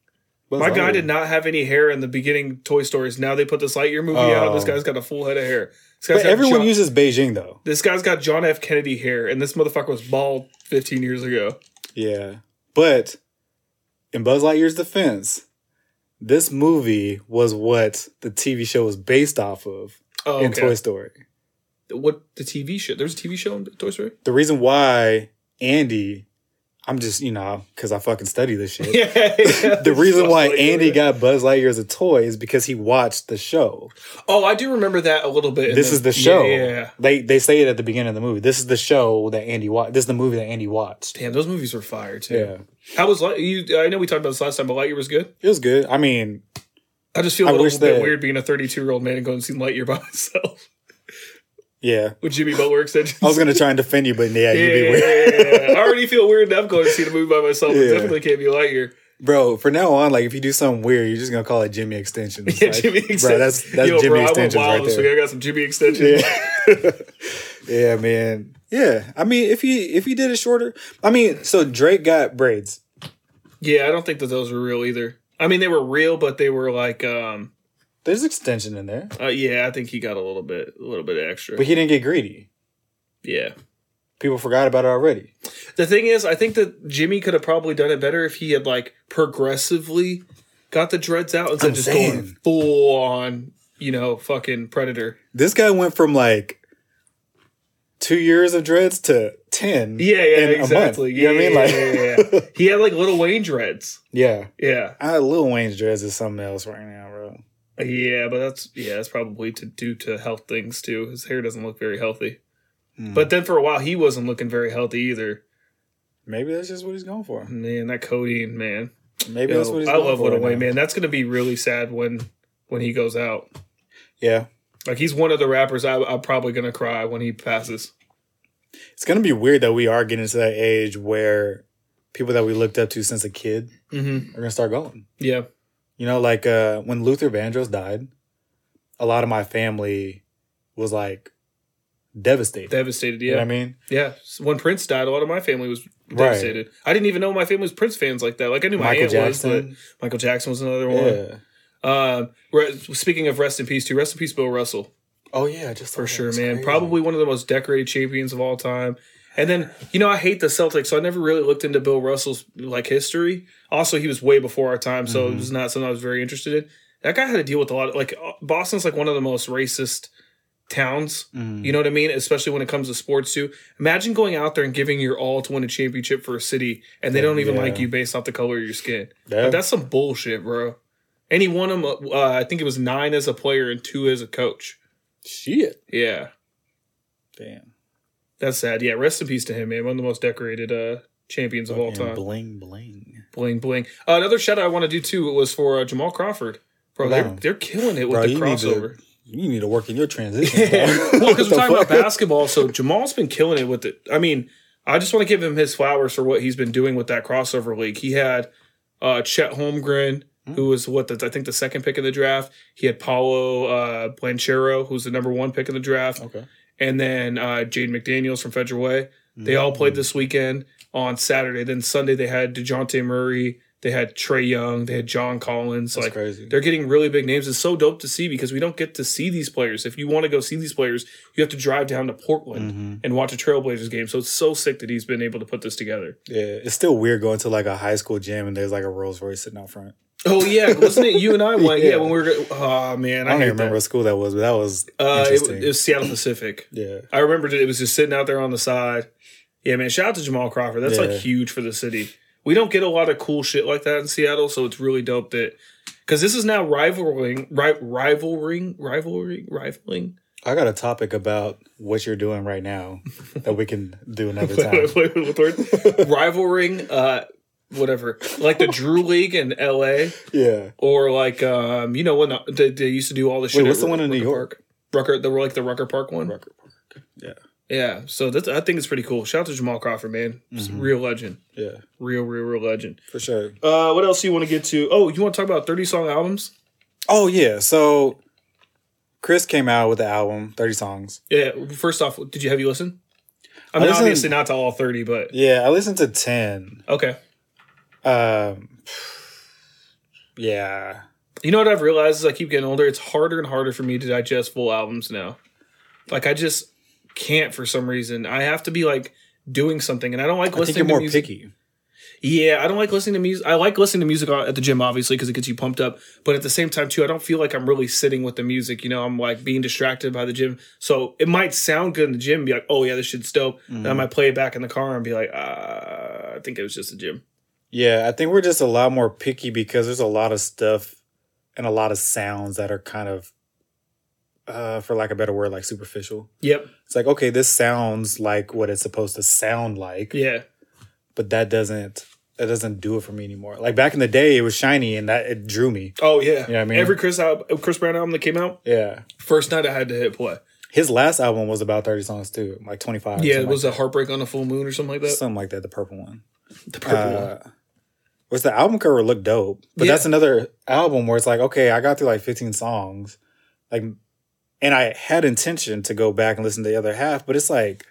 Buzz
My guy
Lightyear.
did not have any hair in the beginning Toy Stories. Now they put this Lightyear movie out.
Oh.
This guy's got a full head of hair. This guy's
But
got
everyone
John-
uses Beijing though.
this guy's got John F. Kennedy hair, and this motherfucker was bald 15 years ago.
Yeah. But in Buzz Lightyear's defense, this movie was what the TV show was based off of
Oh,
in
okay.
Toy Story.
what the TV show? There's a TV show in Toy Story.
the reason why Andy, I'm just you know because I fucking study this shit.
Yeah.
The reason why Andy got Buzz Lightyear as a toy is because he watched the show.
Oh, I do remember that a little bit. in
This is the show.
Yeah, yeah, yeah.
They they say it at the beginning of the movie. This is the show that Andy watched. This is the movie that Andy watched.
Damn, those movies were fire too.
Yeah,
How was Light? You, I know we talked about this last time, but Lightyear was good.
it was good. I mean,
I just feel
I
a
wish
little bit
that-
weird being a 32 year old man and going and seeing Lightyear by myself
yeah.
with Jimmy Butler extensions.
I was gonna try and defend you, but yeah,
yeah,
you'd be
yeah,
weird.
yeah, yeah. I already feel weird enough going to see the movie by myself. It
Yeah.
definitely can't be Lightyear.
Bro, for now on, like if you do something weird, you're just gonna call it Jimmy Extensions.
Yeah,
Like,
Jimmy Extensions.
Bro, that's that's
Yo,
Jimmy
bro,
Extensions
I went
right
wild this
there.
week. I got some Jimmy Extensions.
yeah. yeah, man. Yeah, I mean, if he if he did it shorter, I mean, so Drake got braids.
Yeah, I don't think that those were real either. I mean, they were real, but they were like, um,
There's extension in there,
uh, yeah, I think he got a little bit, a little bit extra.
but he didn't get greedy.
yeah.
People forgot about it already.
The thing is, I think that Jimmy could have probably done it better if he had like progressively got the dreads out instead
I'm
of just
saying.
going full on, you know, fucking predator.
This guy went from like two years of dreads to ten.
Yeah, yeah,
in
exactly.
You know what I mean? Like,
yeah, yeah, yeah. he had like little Wayne dreads.
yeah.
Yeah,
I, Lil Wayne's dreads is something else right now, bro.
yeah, but that's yeah, that's probably to due to health things too. His hair doesn't look very healthy.
Hmm.
But then for a while, he wasn't looking very healthy either.
Maybe that's just what he's going for.
Man, that codeine, man.
Maybe
Yo,
that's what he's
I
going
love
for.
Little
right
Wayne,
now.
man. That's gonna be really sad when when he goes out.
Yeah,
Like he's one of the rappers I, I'm probably gonna cry when he passes.
it's gonna be weird that we are getting to that age where people that we looked up to since a kid
Mm-hmm.
are gonna start going.
Yeah,
You know, like uh, when Luther Vandross died, a lot of my family was like devastated.
devastated.
You know
Yeah,
what I mean?
yeah. So when Prince died, a lot of my family was
Right.
devastated. I didn't even know my family was Prince fans like that. Like I knew my
Michael
aunt was,
Jackson.
but Michael Jackson was another one.
Yeah.
Um, re- speaking of rest in peace, too. Rest in peace, Bill Russell.
Oh yeah, just
for sure, man. Probably one of the most decorated champions of all time. And then, you know, I hate the Celtics, so I never really looked into Bill Russell's like history. Also, he was way before our time, so it was not something I was very interested in. That guy had to deal with a lot of like uh, Boston's like one of the most racist towns.
Mm-hmm.
You know what I mean? Especially when it comes to sports too. Imagine going out there and giving your all to win a championship for a city and they don't even
Yeah.
like you based off the color of your skin.
Yeah.
Like, that's some bullshit, bro. And he won them uh, I think it was 9 as a player and 2 as a coach.
Shit.
Yeah.
Damn.
That's sad. Yeah, rest in peace to him, man. One of the most decorated uh, champions of all
Fucking
time.
Bling bling.
Bling bling. Uh, another shout out I want to do too was for uh, Jamal Crawford. Bro, they're,
Wow.
they're killing it with
Bro,
the
you need to-
crossover.
You need to work in your transition. dog.
well, because
What the
we're talking
fuck?
about basketball, so Jamal's been killing it with it. I mean, I just want to give him his flowers for what he's been doing with that crossover league. He had uh, Chet Holmgren,
Hmm?
who was what the, I think the second pick in the draft. He had Paulo uh, Blanchero, who's the number one pick in the draft
Okay.
and then uh, Jade McDaniels from Federal Way. They all played
Mm-hmm.
this weekend on Saturday. Then Sunday they had Dejounte Murray, they had Trey Young, they had John Collins.
That's
like
crazy.
they're getting really big names. It's so dope to see because we don't get to see these players. If you want to go see these players, you have to drive down to Portland
Mm-hmm.
and watch a Trailblazers game. So it's so sick that he's been able to put this together.
Yeah, it's still weird going to like a high school gym and there's like a Rolls Royce sitting out front.
Oh yeah, wasn't it you and I went? yeah.
Yeah.
when we were. Oh man,
I
I,
don't
hate
even remember what
That.
school that was, but that was
Uh, it,
interesting.
it was Seattle Pacific.
yeah,
I remembered it. It was just sitting out there on the side. Yeah, man. Shout out to Jamal Crawford. That's
Yeah.
like huge for the city. We don't get a lot of cool shit like that in Seattle, so it's really dope that because this is now rivaling, ri- rivaling, rivaling, rivaling.
I got a topic about what you're doing right now that we can do another time.
Wait, what word? rivaling, uh, whatever, like the Drew League in L.A.
yeah,
or like um, you know when the, they, they used to do all the shit.
what's
at
the one in
Rucker
New York?
Park. Rucker, the like the Rucker Park one.
Rucker Park. Yeah,
Yeah, so that's I think it's pretty cool. Shout out to Jamal Crawford, man, He's
Mm-hmm.
a real legend.
yeah,
Real, real, real legend.
for sure.
Uh, what else do you want to get to? Oh, you want to talk about thirty song albums?
Oh yeah, so Chris came out with the album, thirty songs.
Yeah. First off, did you have you listen? I
I
mean,
listened-
obviously not to all thirty, but
Yeah, I listened to ten.
okay.
Um, yeah,
You know what I've realized as I keep getting older, it's harder and harder for me to digest full albums now. Like I just can't for some reason. I have to be like doing something, and I don't like
I think
listening
you're
to
more
music.
picky.
Yeah, I don't like listening to music. I like listening to music at the gym, obviously, because it gets you pumped up. But at the same time, too, I don't feel like I'm really sitting with the music. You know, I'm like being distracted by the gym. So it might sound good in the gym, be like, oh, yeah, this shit's dope. And
Mm.
I might play it back in the car and be like, uh, I think it was just the gym.
Yeah, I think we're just a lot more picky because there's a lot of stuff and a lot of sounds that are kind of, uh, for lack of a better word, like superficial.
Yep.
It's like, okay, this sounds like what it's supposed to sound like,
Yeah.
but that doesn't that doesn't do it for me anymore. Like back in the day, it was shiny and that it drew me.
Oh, yeah.
Yeah, I mean-
Every Chris, al- Chris Brown album that came out,
Yeah,
first night I had to hit play.
his last album was about thirty songs too, like twenty five.
Yeah, it was a Heartbreak on a Full Moon or something like that.
something like that, the purple one.
The purple one.
Uh, What's the album cover looked dope, but
Uh, Yeah.
that's another album where it's like, okay, I got through like 15 songs, like, and I had intention to go back and listen to the other half, but it's like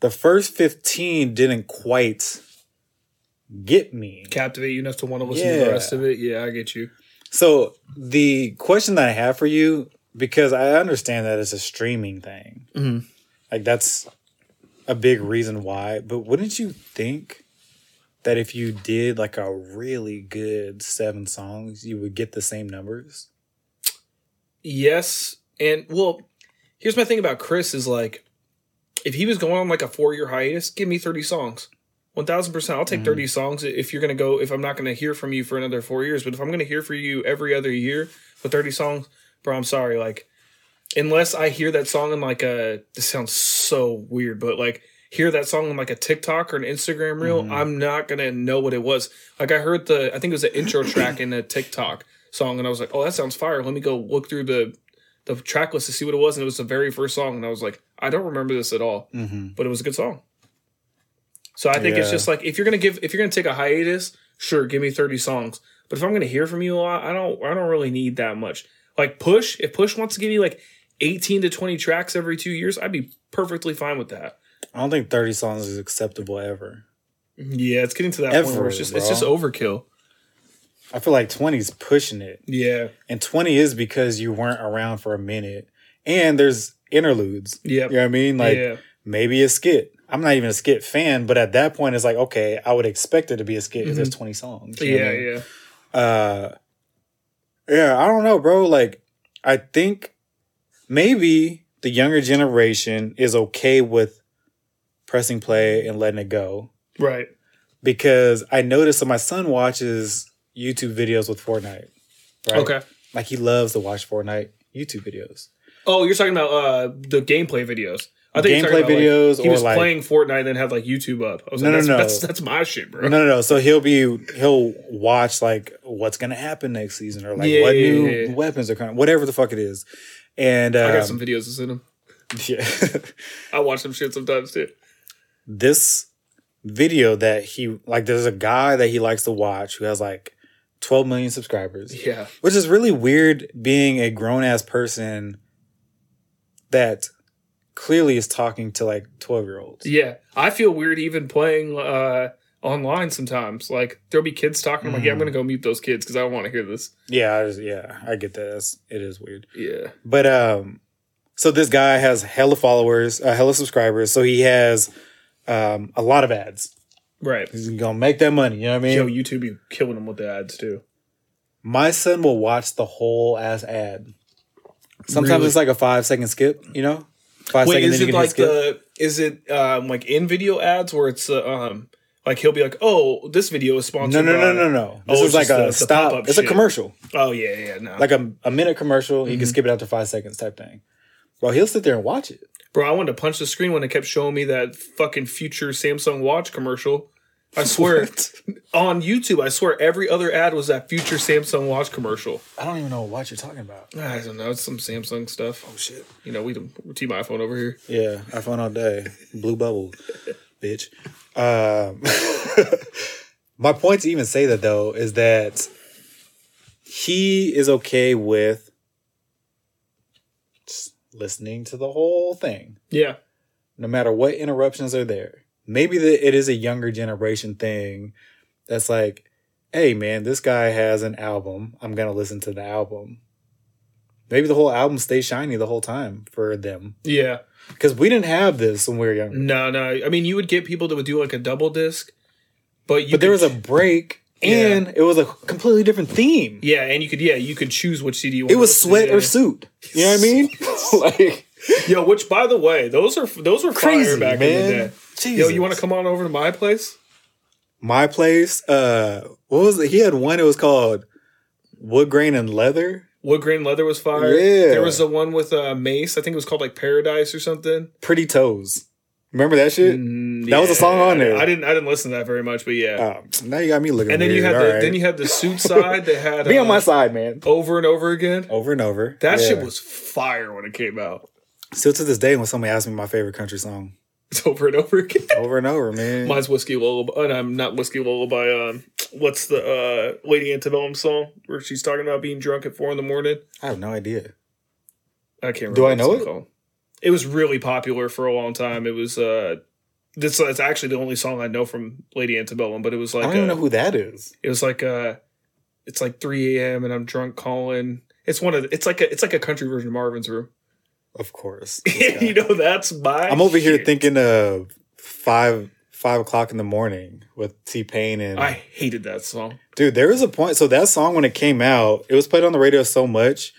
the first 15 didn't quite get me.
Captivate you enough to want to listen to
Yeah.
the rest of it. Yeah, I get you.
So the question that I have for you, because I understand that it's a streaming thing,
Mhm.
like that's a big reason why. But wouldn't you think that if you did like a really good seven songs, you would get the same numbers?
Yes, and well, here's my thing about Chris is like, if he was going on like a four year hiatus, give me thirty songs. One thousand percent, I'll take thirty songs if you're gonna go. If I'm not gonna hear from you for another four years, but if I'm gonna hear from you every other year with thirty songs, bro, I'm sorry. Like, unless I hear that song in like a, this sounds so weird, but like hear that song in like a TikTok or an Instagram reel, I'm not gonna know what it was. Like I heard the, I think it was the intro track in a TikTok song, and I was like, oh, that sounds fire. Let me go look through the the track list to see what it was, and it was the very first song, and I was like, I don't remember this at all,
Mm-hmm.
but it was a good song. So I think it's
Yeah.
just like if you're gonna give, if you're gonna take a hiatus, sure, give me thirty songs. But if I'm gonna hear from you a lot, I don't, I don't really need that much. Like push, if push wants to give me like eighteen to twenty tracks every two years, I'd be perfectly fine with that.
I don't think thirty songs is acceptable ever.
Yeah, it's getting to that point where it's
Ever,
just, it's
bro.
just overkill.
I feel like twenty is pushing it.
Yeah,
And 20 is because you weren't around for a minute. And there's interludes.
Yep.
You know what I mean? Like
Yeah.
maybe a skit. I'm not even a skit fan, but at that point it's like, okay, I would expect it to be a skit if there's 20 songs. you know what
Mm-hmm. yeah,
I mean?
yeah.
Uh yeah, I don't know, bro. Like, I think maybe the younger generation is okay with pressing play and letting it go.
Right.
Because I noticed that my son watches YouTube videos with Fortnite. Right?
Okay.
Like he loves to watch Fortnite YouTube videos.
Oh, you're talking about uh the gameplay videos. I think you're
Gameplay
talking about,
videos
Like, he
or,
was
like-
playing Fortnite and had like YouTube up. I was
No, no,
like, that's,
no.
That's, that's my shit, bro.
No, no, no. So he'll be he'll watch like what's gonna happen next season or like
Yeah,
what
yeah,
new
yeah, yeah.
weapons are coming, whatever the fuck it is. And um,
I got some videos to send him.
yeah.
I watch them shit sometimes too.
this video that he like, there's a guy that he likes to watch who has like 12 million subscribers.
Yeah.
which is really weird being a grown ass person that clearly is talking to like 12 year olds.
Yeah. I feel weird even playing uh online sometimes. Like there'll be kids talking. I'm like, yeah, I'm gonna go mute those kids because I don't want to hear this.
Yeah, I just, yeah, I get that. That's, it is weird.
Yeah.
But um so this guy has hella followers, uh, hella subscribers, so he has um a lot of ads.
Right.
He's going to make that money, you know what I mean?
Yo, YouTube be killing them with the ads too.
My son will watch the whole ass ad. Sometimes
Really?
it's like a 5 second skip, you know? 5
Wait,
second
is
then you can hit
it like
skip.
the is it um like in video ads where it's uh, um like he'll be like, oh, this video is
no,
sponsored.
no, no,
by-
no, no.
Oh,
This
it's
is like
just
a
the- the
stop.
pop-up
It's a
shit.
commercial.
Oh yeah, yeah, no.
like a, a minute commercial.
Mm-hmm.
You can skip it after five seconds type thing. Bro, he'll sit there and watch it.
Bro, I wanted to punch the screen when it kept showing me that fucking future Samsung watch commercial. I swear on YouTube, I swear every other ad was that future Samsung watch commercial.
I don't even know what you're talking about.
I don't know, it's some Samsung stuff. Oh shit. You know, we don't we team iPhone over here.
Yeah, iPhone all day, blue bubble, bitch. Um, my point to even say that though is that he is okay with just listening to the whole thing,
Yeah.
no matter what interruptions are there. Maybe the, it is a younger generation thing that's like, hey man, this guy has an album. I'm gonna listen to the album. Maybe the whole album stays shiny the whole time for them.
Yeah.
Because we didn't have this when we were younger.
No, no. I mean you would get people that would do like a double disc, but you
But there
could-
was a break and it was a completely different theme.
Yeah, and you could yeah, you could choose which CD you
It was sweat or suit. You know what I mean? like
Yo, which by the way, those are those were fire
crazy
back in the
man.
day. Yo, you want to come on over to my place?
My place, uh what was it? He had one, it was called Wood Grain and Leather.
Wood grain leather was fire.
Yeah.
There was the one with uh, Mace. I think it was called like Paradise or something.
Pretty Toes. Remember that shit?
Mm,
That was a song on there.
I didn't. I didn't listen to that very much, but yeah.
Oh, now you got me looking.
and then you
weird.
had
All
the
right.
then you had the suit side that had
be on
uh,
my side, man.
over and over again.
Over and over.
That
Yeah.
shit was fire when it came out.
still to this day when somebody asks me my favorite country song.
It's over and over again.
over and over, man.
Mine's whiskey lullaby, and I'm not whiskey lullaby. Um, what's the uh, Lady Antebellum song where she's talking about being drunk at four in the morning?
I have no idea.
I can't. remember
Do I
what
know
it's
it?
called. It was really popular for a long time. It was uh, this. It's actually the only song I know from Lady Antebellum, but it was
I
like
don't even
uh,
know who that is.
it was like uh, it's like 3 a.m. and I'm drunk calling. It's one of the, it's like a it's like a country version of Marvin's Room.
Of course,
you know that's my.
I'm over here
shit.
thinking of five five o'clock in the morning with T Pain and
I hated that song.
Dude, there was a point. So that song, when it came out, it was played on the radio so much.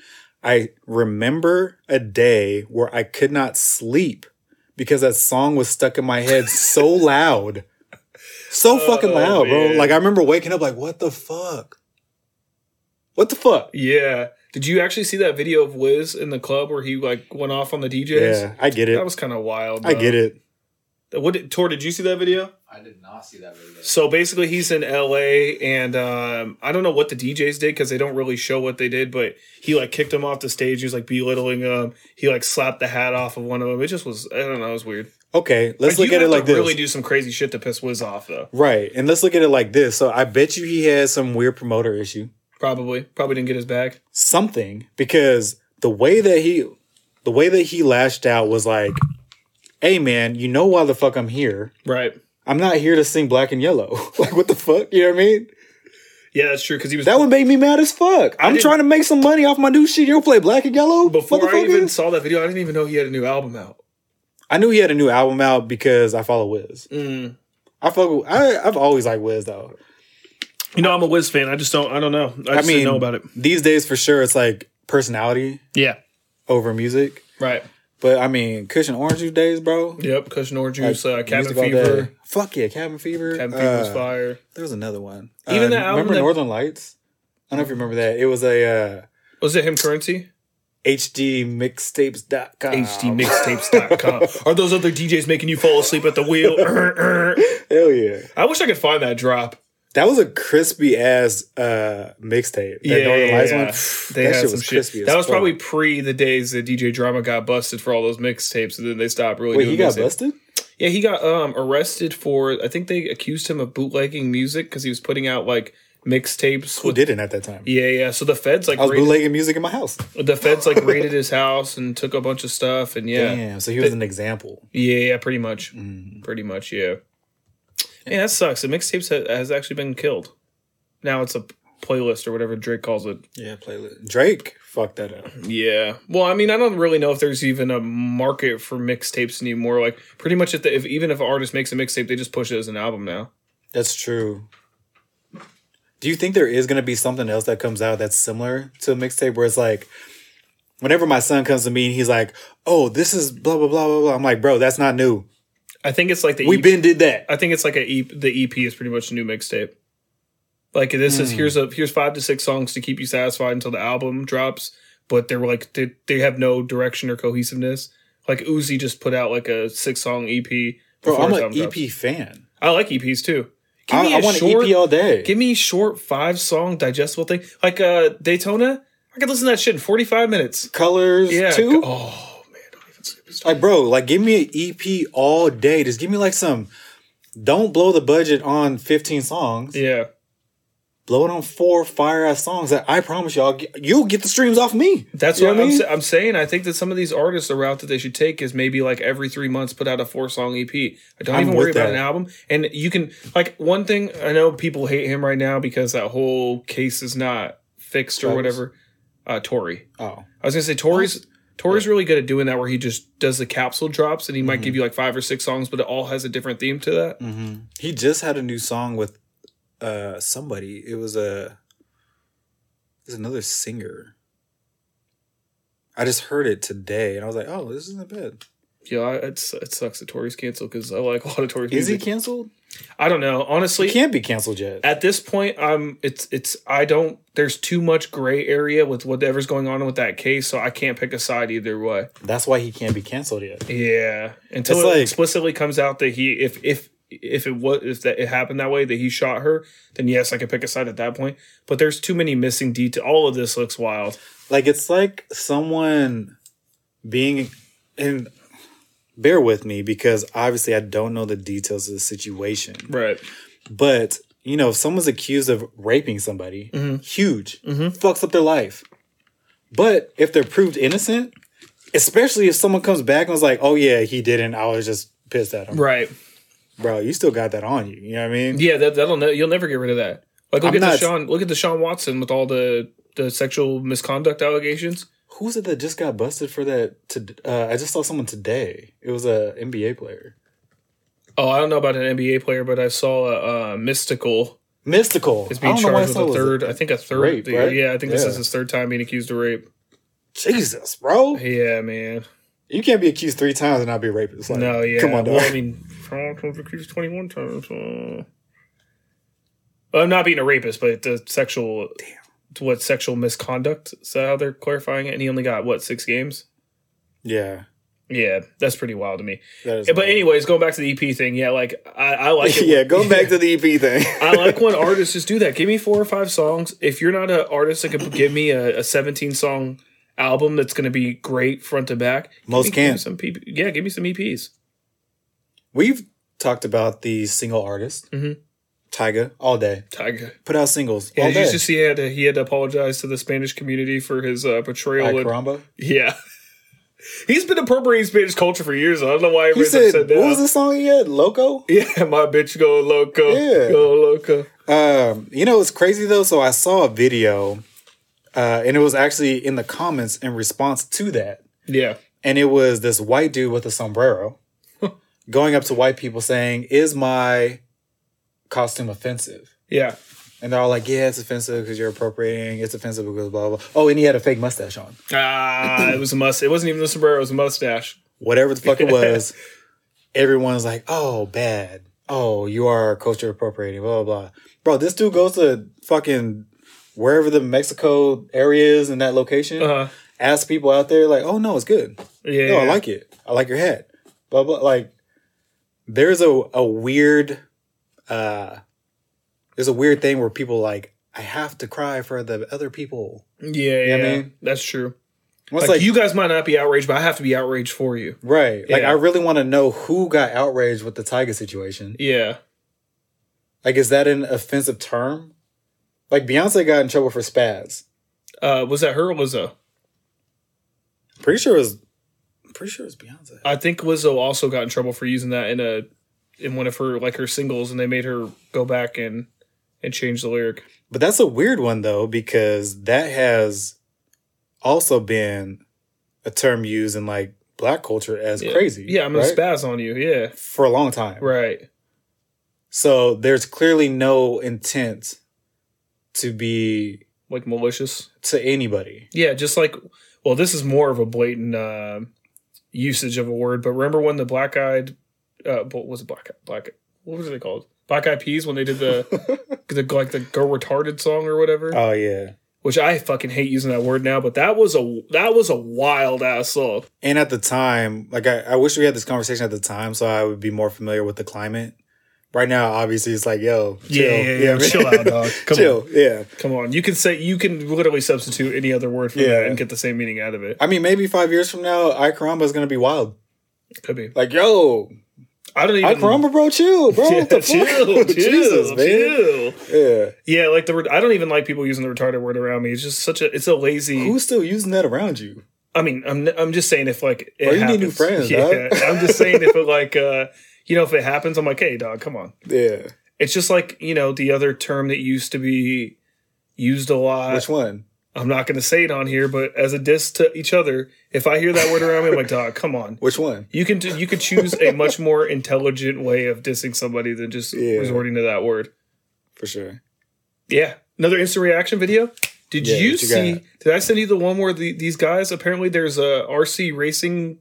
I remember a day where I could not sleep because that song was stuck in my head so loud. So fucking
Oh,
loud,
man.
bro. Like I remember waking up like, what the fuck? What the fuck?
Yeah. Did you actually see that video of Wiz in the club where he like went off on the DJs?
Yeah, I get
That
it.
was kind of wild.
I get it.
it. What did, Tor? Did you see that video?
I did not see that video.
So basically, he's in LA, and um, I don't know what the DJs did because they don't really show what they did. But he like kicked him off the stage. He was like belittling him. He like slapped the hat off of one of them. It just was. I don't know. It was weird.
Okay, let's
Like,
look
you
at it
have to
like this.
Really do some crazy shit to piss Wiz off though.
right. And let's look at it like this. So I bet you he had some weird promoter issue.
Probably. Probably didn't get his bag.
something because the way that he the way that he lashed out was like hey man you know why the fuck i'm here
Right.
i'm not here to sing black and yellow like what the fuck you know what i mean
Yeah, that's true. Because he was
that would make me mad as fuck i'm
didn't-
trying to make some money off my new shit you don't play black and yellow
before I
motherfucker?
even saw that video. I didn't even know he had a new album out.
I knew he had a new album out because i follow wiz
Mm.
i fuck with, I, i've always liked wiz though
You know, I'm a Wiz fan. I just don't. I don't know. I just
i mean
didn't know about it.
these days for sure it's like personality
Yeah.
over music
Right.
but i mean cushion orange juice days bro
Yep. Cushion Orange Juice, uh,
Like,
Cabin
music all day.
Fever.
Fuck yeah, Cabin Fever.
Cabin Fever was
Uh,
fire.
There was another one. Uh,
Even that album
remember
that-
Northern Lights? I don't know if you remember that. It was a uh,
Was it him currency?
HDMixtapes.com.
HDmixtapes.com. Are those other DJs making you fall asleep at the wheel? Er, er.
Hell yeah.
I wish I could find that drop.
That was a crispy ass uh, mixtape. That
yeah,
Northern
yeah,
Lights
yeah.
one. pff,
They
that
had
shit
some
was
shit.
crispy as
that was
fuck.
probably pre the days that DJ Drama got busted for all those mixtapes, and then they stopped really.
Wait,
doing
he got
mixtapes.
busted?
Yeah, he got um arrested for. I think they accused him of bootlegging music because he was putting out like mixtapes
Who
with.
didn't at that time?
Yeah, yeah. So the feds like
I was
raided-
bootlegging music in my house.
the feds like raided his house and took a bunch of stuff and yeah
Damn. So he was an example.
yeah yeah pretty much pretty much yeah yeah that sucks the mixtapes ha- has actually been killed now it's a playlist or whatever drake calls it
Yeah, playlist. Drake fucked that up.
yeah well i mean i don't really know if there's even a market for mixtapes anymore like pretty much if, the, if even if an artist makes a mixtape they just push it as an album now
That's true. Do you think there is going to be something else that comes out that's similar to a mixtape where it's like, whenever my son comes to me and he's like, oh, this is blah, blah, blah, blah, blah. I'm like, bro, that's not new.
i think it's like the
We
EP
been did that.
I think it's like a e- the EP is pretty much a new mixtape. Like this
Hmm.
is here's a here's five to six songs to keep you satisfied until the album drops, but they're like they, they have no direction or cohesiveness. Like Uzi just put out like a six song EP.
Bro,
before
I'm
his
an
album drops.
EP fan.
I like EPs too. Give me
I, I
a
want
short-
an E EP all day.
Give me short five song digestible thing like uh Daytona. I could listen to that shit in forty five minutes.
Colors
Yeah.
too.
Oh man, don't even sleep. It's
Like, bro, like, give me an EP all day. Just give me like some. Don't blow the budget on 15 songs.
Yeah.
Blow it on four fire ass songs that I promise y'all, you'll get the streams off me.
That's
You
what,
know
I'm, sa- I'm saying. I think that some of these artists, the route that they should take is maybe like every three months put out a four song EP. I don't
I'm
even worry
with
about
that.
an album. And you can, like, one thing I know people hate him right now because that whole case is not fixed or
Travis?
whatever. Uh, Tory.
Oh.
I was going to say, Tory's. Tory's really good at doing that where he just does the capsule drops and he
Mm-hmm.
might give you like five or six songs, but it all has a different theme to that.
He just had a new song with uh somebody. It was a it was another singer. I just heard it today and I was like, oh, this isn't bad.
Yeah, I, it's, it sucks that Tory's canceled because I like a lot of Tory's
Is he
music.
canceled?
I don't know.
He
Honestly,
can't be canceled yet.
at this point i'm it's it's i don't there's too much gray area with whatever's going on with that case so i can't pick a side either way
That's why he can't be canceled yet.
yeah until
It's
it
like-
explicitly comes out that he if if if it was if that it happened that way that he shot her then yes i could pick a side at that point but there's too many missing detail all of this looks wild
Like it's like someone being and bear with me because obviously I don't know the details of the situation.
Right.
But you know, if someone's accused of raping somebody,
Mm-hmm.
huge, fucks up their life. But if they're proved innocent, especially if someone comes back and was like, "Oh yeah, he didn't," I was just pissed at him,
Right.
bro. You still got that on you. You know what I mean?
Yeah, that that'll ne- you'll never get rid of that. Like look
I'm
at the
not-
Sean look at the Sean Watson with all the the sexual misconduct allegations.
Who was it that just got busted for that? To uh, I just saw someone today. It was a NBA player,
Oh, I don't know about an NBA player, but I saw a, uh mystical
mystical.
is being
I don't know why I
charged with
saw it
a
was
third. I think a third.
rape, right?
Yeah, I think this
Yeah.
is his third time being accused of rape.
Jesus, bro.
Yeah, man.
You can't be accused three times and not be rapist. Like,
no, yeah.
Come on, dog.
well, I mean, Sean was accused twenty one times. Uh, well, not being a rapist, but the sexual. What sexual misconduct? Is that how they're clarifying it? And he only got what six games?
yeah.
Yeah, that's pretty wild to me.
That is
Yeah, But anyways, going back to the EP thing, yeah, like I, I like it.
yeah, go back to the EP thing.
I like when artists just do that. Give me four or five songs. If you're not an artist that can give me a, a 17 song album that's going to be great front to back, give
Most
me- give me
can't.
Some P- yeah, give me some E EPs.
We've talked about the single artist,
Mhm.
Tyga, all day.
Tiger.
Put out singles
Yeah,
all
did you
day.
just see he had to, he had to apologize to the Spanish community for his uh,
Ay,
portrayal. of-
caramba.
yeah, he's been appropriating Spanish culture for years. I don't know why
He
everyone's
said,
upset
what was
now.
the song he had? Loco?
Yeah, my bitch go loco,
Yeah.
go loco.
Um, you know, it's crazy though. So I saw a video, uh, and it was actually in the comments in response to that.
Yeah,
And it was this white dude with a sombrero going up to white people saying, Is my costume offensive?
yeah.
And they're all like, yeah, it's offensive because you're appropriating. It's offensive because blah, blah, blah. Oh, and he had a fake mustache on.
Ah, it was a must. It wasn't even the sombrero. It was a mustache.
Whatever the fuck it was, everyone's like, oh, bad. Oh, you are culture appropriating, blah, blah, blah. Bro, this dude goes to fucking wherever the Mexico area is in that location,
Uh,
asks people out there, like, oh, no, it's good.
yeah,
No, I like it. I like your hat. Blah, blah. Like, there's a, a weird, uh, there's a weird thing where people like, I have to cry for the other people.
Yeah,
know what I
yeah,
mean?
that's true.
Well,
Like,
It's like,
you guys might not be outraged, but I have to be outraged for you.
right? Like
Yeah.
I really want to know who got outraged with the tiger situation.
Yeah,
Like, is that an offensive term? Like Beyonce got in trouble for spaz.
uh, was that her or Lizzo?
Pretty sure it was. Pretty sure it was Beyonce.
I think Lizzo also got in trouble for using that in a in one of her like her singles, and they made her go back and and change the lyric.
But that's a weird one though because that has also been a term used in like black culture as
Yeah.
crazy.
Yeah, I'm gonna
right?
spaz on you. Yeah,
for a long time.
right.
So there's clearly no intent to be
Like malicious.
to anybody.
Yeah, just like well, this is more of a blatant uh, usage of a word. But remember when the black eyed, uh, what was it black black? What was it called? Black Eyed Peas when they did the, the like the go retarded song or whatever,
Oh yeah.
which I fucking hate using that word now. But that was a that was a wild ass song.
And at the time, like I, I wish we had this conversation at the time so I would be more familiar with the climate. Right now, obviously, it's like, yo, chill. I mean?
chill out, dog. Come
chill,
on,
yeah.
come on. You can say you can literally substitute any other word for
Yeah.
that and get the same meaning out of it.
I mean, maybe five years from now, Icaramba is going to be wild.
Could be.
Like, yo,
I don't even.
Icaramba, bro, chill, bro.
Yeah,
what the fuck?
chill, chill,
Jesus, man.
chill.
Yeah.
Yeah, like the re- I don't even like people using the retarded word around me. It's just such a it's a lazy.
Who's still using that around you?
I mean, I'm I'm just saying if like it
Bro, Oh, you need new friends,
Yeah,
dog.
I'm just saying if it like uh you know if it happens, I'm like, hey, dog, come on.
Yeah.
It's just like you know the other term that used to be used a lot.
Which one?
I'm not going to say it on here, but as a diss to each other, if I hear that word around me, I'm like, dog, come on.
Which one?
You can do, you could choose a much more intelligent way of dissing somebody than just
Yeah.
resorting to that word.
For sure.
Yeah. Another instant reaction video. Did
Yeah,
you,
what you
see?
got?
Did I send you the one where the, these guys? Apparently, there's a RC racing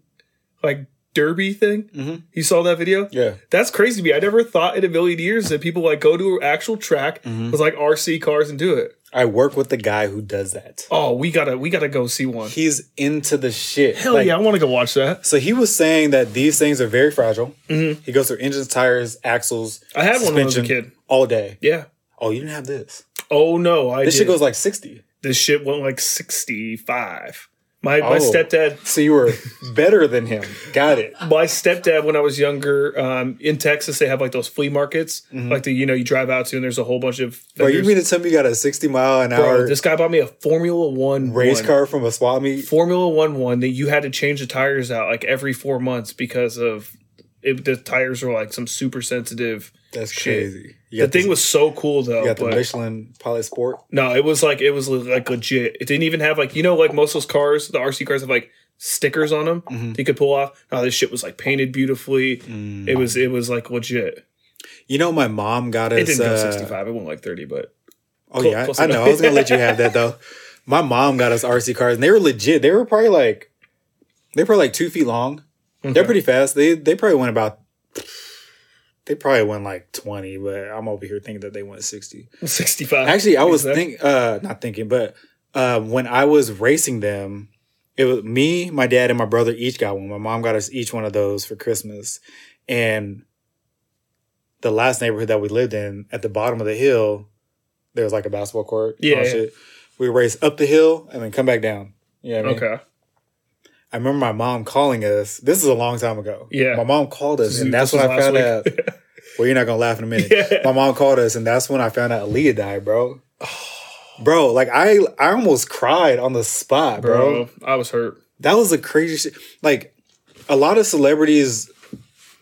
like derby thing.
Mhm.
You saw that video?
Yeah.
That's crazy to me. I never thought in a million years that people like go to an actual track
Mm-hmm.
with like RC cars and do it.
I work with the guy who does that.
Oh, we gotta we gotta go see one.
He's into the shit.
Hell
Like,
yeah, I want to go watch that.
So he was saying that these things are very fragile. He goes through engines, tires, axles.
Mm-hmm. I had one when I was a
suspension
kid.
All day.
Yeah.
Oh, you didn't have this.
Oh no, I
This
did.
shit goes like 60.
this shit went like sixty five. My my
Oh.
stepdad
So you were better than him. Got it.
my stepdad when i was younger um, in texas they have like those flea markets like the you know you drive out to and there's a whole bunch of
Mm-hmm. Bro, you
vendors.
mean to tell me you got a 60 mile an
Bro,
hour
this guy bought me a formula one
race
one.
car from a swap meet?
formula one one that you had to change the tires out like every four months because of it, the tires were like some super sensitive
That's
Shit.
crazy.
the thing was so cool though
you got the
but-
Michelin Pilot Sport.
No, it was like it was like legit. It didn't even have like you know like most of those cars, the RC cars have like stickers on them
Mm-hmm.
that you could pull off. No, this shit was like painted beautifully. It was it was like legit.
Mm. You know, my mom got us.
It didn't go
uh,
sixty five. It went like thirty, but
Oh
Clo-
yeah,
close
I, I know.
enough.
I was gonna let you have that though. My mom got us RC cars, and they were legit. They were probably like, they were probably like two feet long. They're
Okay.
pretty fast. They they probably went about, they probably went like twenty. But I'm over here thinking that they went sixty.
sixty five.
Actually, I was
Exact-
thinking, uh, not thinking, but uh, when I was racing them, it was me, my dad, and my brother each got one. My mom got us each one of those for Christmas, and the last neighborhood that we lived in, at the bottom of the hill, there was like a basketball court. and
Yeah,
all
yeah.
shit. We race up the hill and then come back down. Yeah, I mean?
okay.
I remember my mom calling us. This is a long time ago.
Yeah.
my mom called us,
This
and
is-
that's
this
when I
was
found
last
out. Well, you're not gonna laugh in a minute.
Yeah.
My mom called us, and that's when I found out Aaliyah died, bro. bro, like I, I almost cried on the spot, bro.
Bro, I was hurt.
That was the crazy shit. Like a lot of celebrities,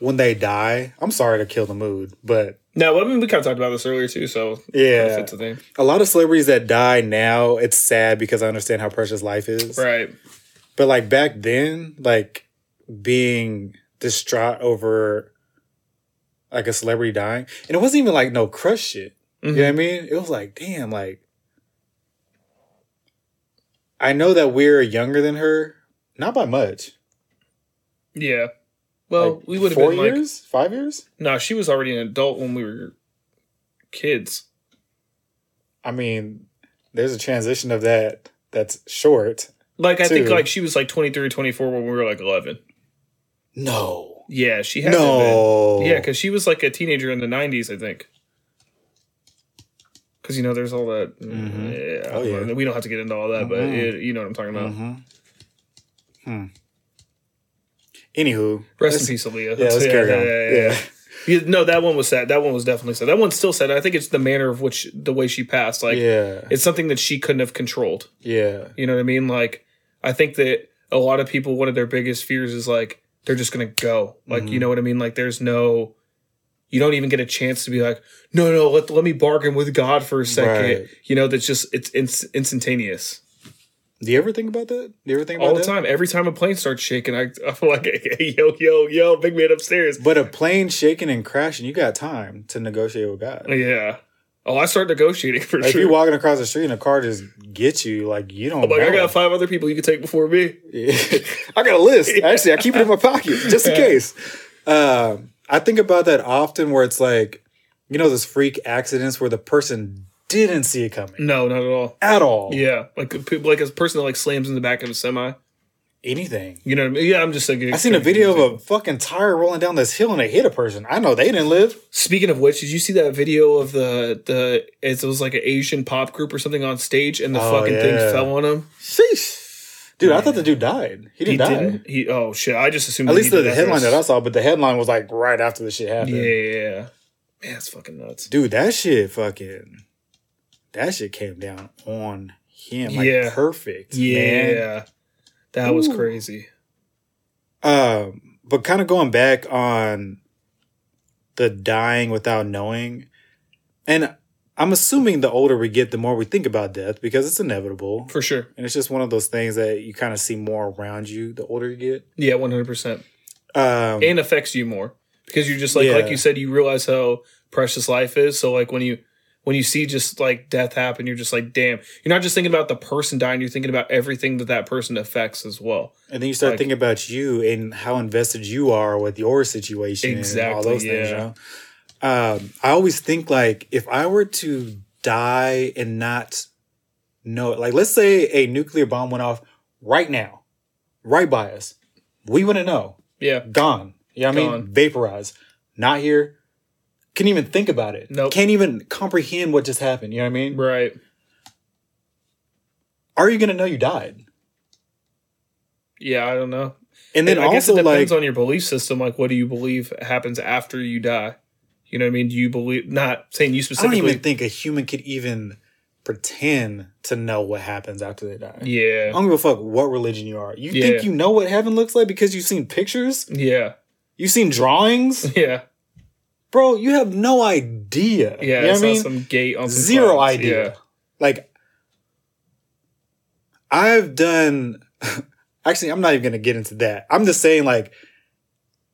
when they die, I'm sorry to kill the mood, but
No, I mean we kind of talked about this earlier too. So
Yeah.
that's the thing,
a lot of celebrities that die now, it's sad because I understand how precious life is.
right?
But like back then, like being distraught over like a celebrity dying, and it wasn't even like no crush shit.
Mhm.
You know what I mean? It was like, damn, like I know that we're younger than her, not by much.
Yeah. Well,
Like,
we would have
four
been like
years, five years.
no. She was already an adult when we were kids.
I mean, there's a transition of that that's short.
Like I think
Two.
like she was like 23 or 24 when we were like 11.
No,
Yeah, she had to have been.
no,
Yeah, because she was like a teenager in the '90s, I think. Because you know, there's all that. mm,
Mhm.
Yeah,
Oh, yeah.
and We don't have to get into all that, but
Mhm.
it, you know what I'm talking about.
Mhm. Hmm. Anywho,
Rest
let's-
in peace, Aaliyah.
Yeah, let's carry on.
yeah, yeah,
yeah.
yeah. Yeah, No, that one was sad. That one was definitely sad. That one's still sad. I think it's the manner of which the way she passed. Like,
yeah,
it's something that she couldn't have controlled.
yeah,
You know what I mean? Like, I think that a lot of people, one of their biggest fears is like, they're just going to go. Like,
Mm-hmm.
you know what I mean? Like, there's no, you don't even get a chance to be like, no, no, let, let me bargain with God for a second.
Right.
You know, that's just, it's ins- instantaneous.
Do you ever think about that? Do you ever think about
All the
that?
time. Every time a plane starts shaking, I, I feel like, hey, yo, yo, yo, big man upstairs.
But a plane shaking and crashing, you got time to negotiate with God.
Yeah. Oh, I start negotiating for
If
sure.
you're walking across the street and a car just gets you, like you don't.
I'm like, I
know.
got five other people you can take before me.
I got a list. Actually, I keep it in my pocket just in case. Um, I think about that often, where it's like, you know, those freak accidents where the person didn't see it coming
No, not at all.
at all.
Yeah. Like, a pe- like a person that like slams in the back of a semi.
Anything.
You know what I mean? Yeah, I'm just like
I seen a video of a fucking tire rolling down this hill and it hit a person. I know they didn't live.
Speaking of which, did you see that video of the the it was like an Asian pop group or something on stage and the
Oh,
fucking thing
yeah.
fell on him?
Sheesh. Dude, I thought the dude died. He didn't
He
die.
didn't. He oh shit! I just assumed.
At
that
least
he
the,
did
headline that I
first.
saw, but the headline was like right after the shit happened.
Yeah, yeah, yeah. man, that's fucking nuts.
Dude, that shit fucking that shit came down on him. Like
Yeah.
perfect. Man.
Yeah, that was
Ooh.
crazy.
Um, but kind of going back on the dying without knowing, and I'm assuming the older we get, the more we think about death because it's inevitable.
For sure.
and it's just one of those things that you kind of see more around you the older you get.
Yeah, one hundred percent.
Um,
And affects you more because you're just like
Yeah.
like you said, you realize how precious life is. So like when you when you see just like death happen, you're just like, damn. You're not just thinking about the person dying. You're thinking about everything that that person affects as well.
And then you start
Like-
thinking about you and how invested you are with your situation and all
Exactly,
those things. You
yeah.
know? um, I always think like if I were to die and not know it, like let's say a nuclear bomb went off right now, right by us, we wouldn't know.
Yeah.
Gone. You know what I mean?
Gone.
Vaporized. Not here. Can't even think about it.
Nope.
Can't even comprehend what just happened. You know what I mean?
Right.
Are you gonna know you died?
yeah, I don't know.
And then
I guess
also
it
like
depends on your belief system. Like, what do you believe happens after you die? You know what I mean? Do you believe? Not saying you
I don't
specifically.
even think a human could even pretend to know what happens after they die. I
yeah,
don't give a fuck what religion you are. You think
Yeah.
you know what heaven looks like because you've seen pictures?
yeah,
You've seen drawings?
yeah,
Bro, you have no idea.
yeah.
You know
I
what I
saw
mean?
some gate on some
Zero
signs.
idea.
Yeah.
Like, I've done. Actually, I'm not even going to get into that. I'm just saying, like,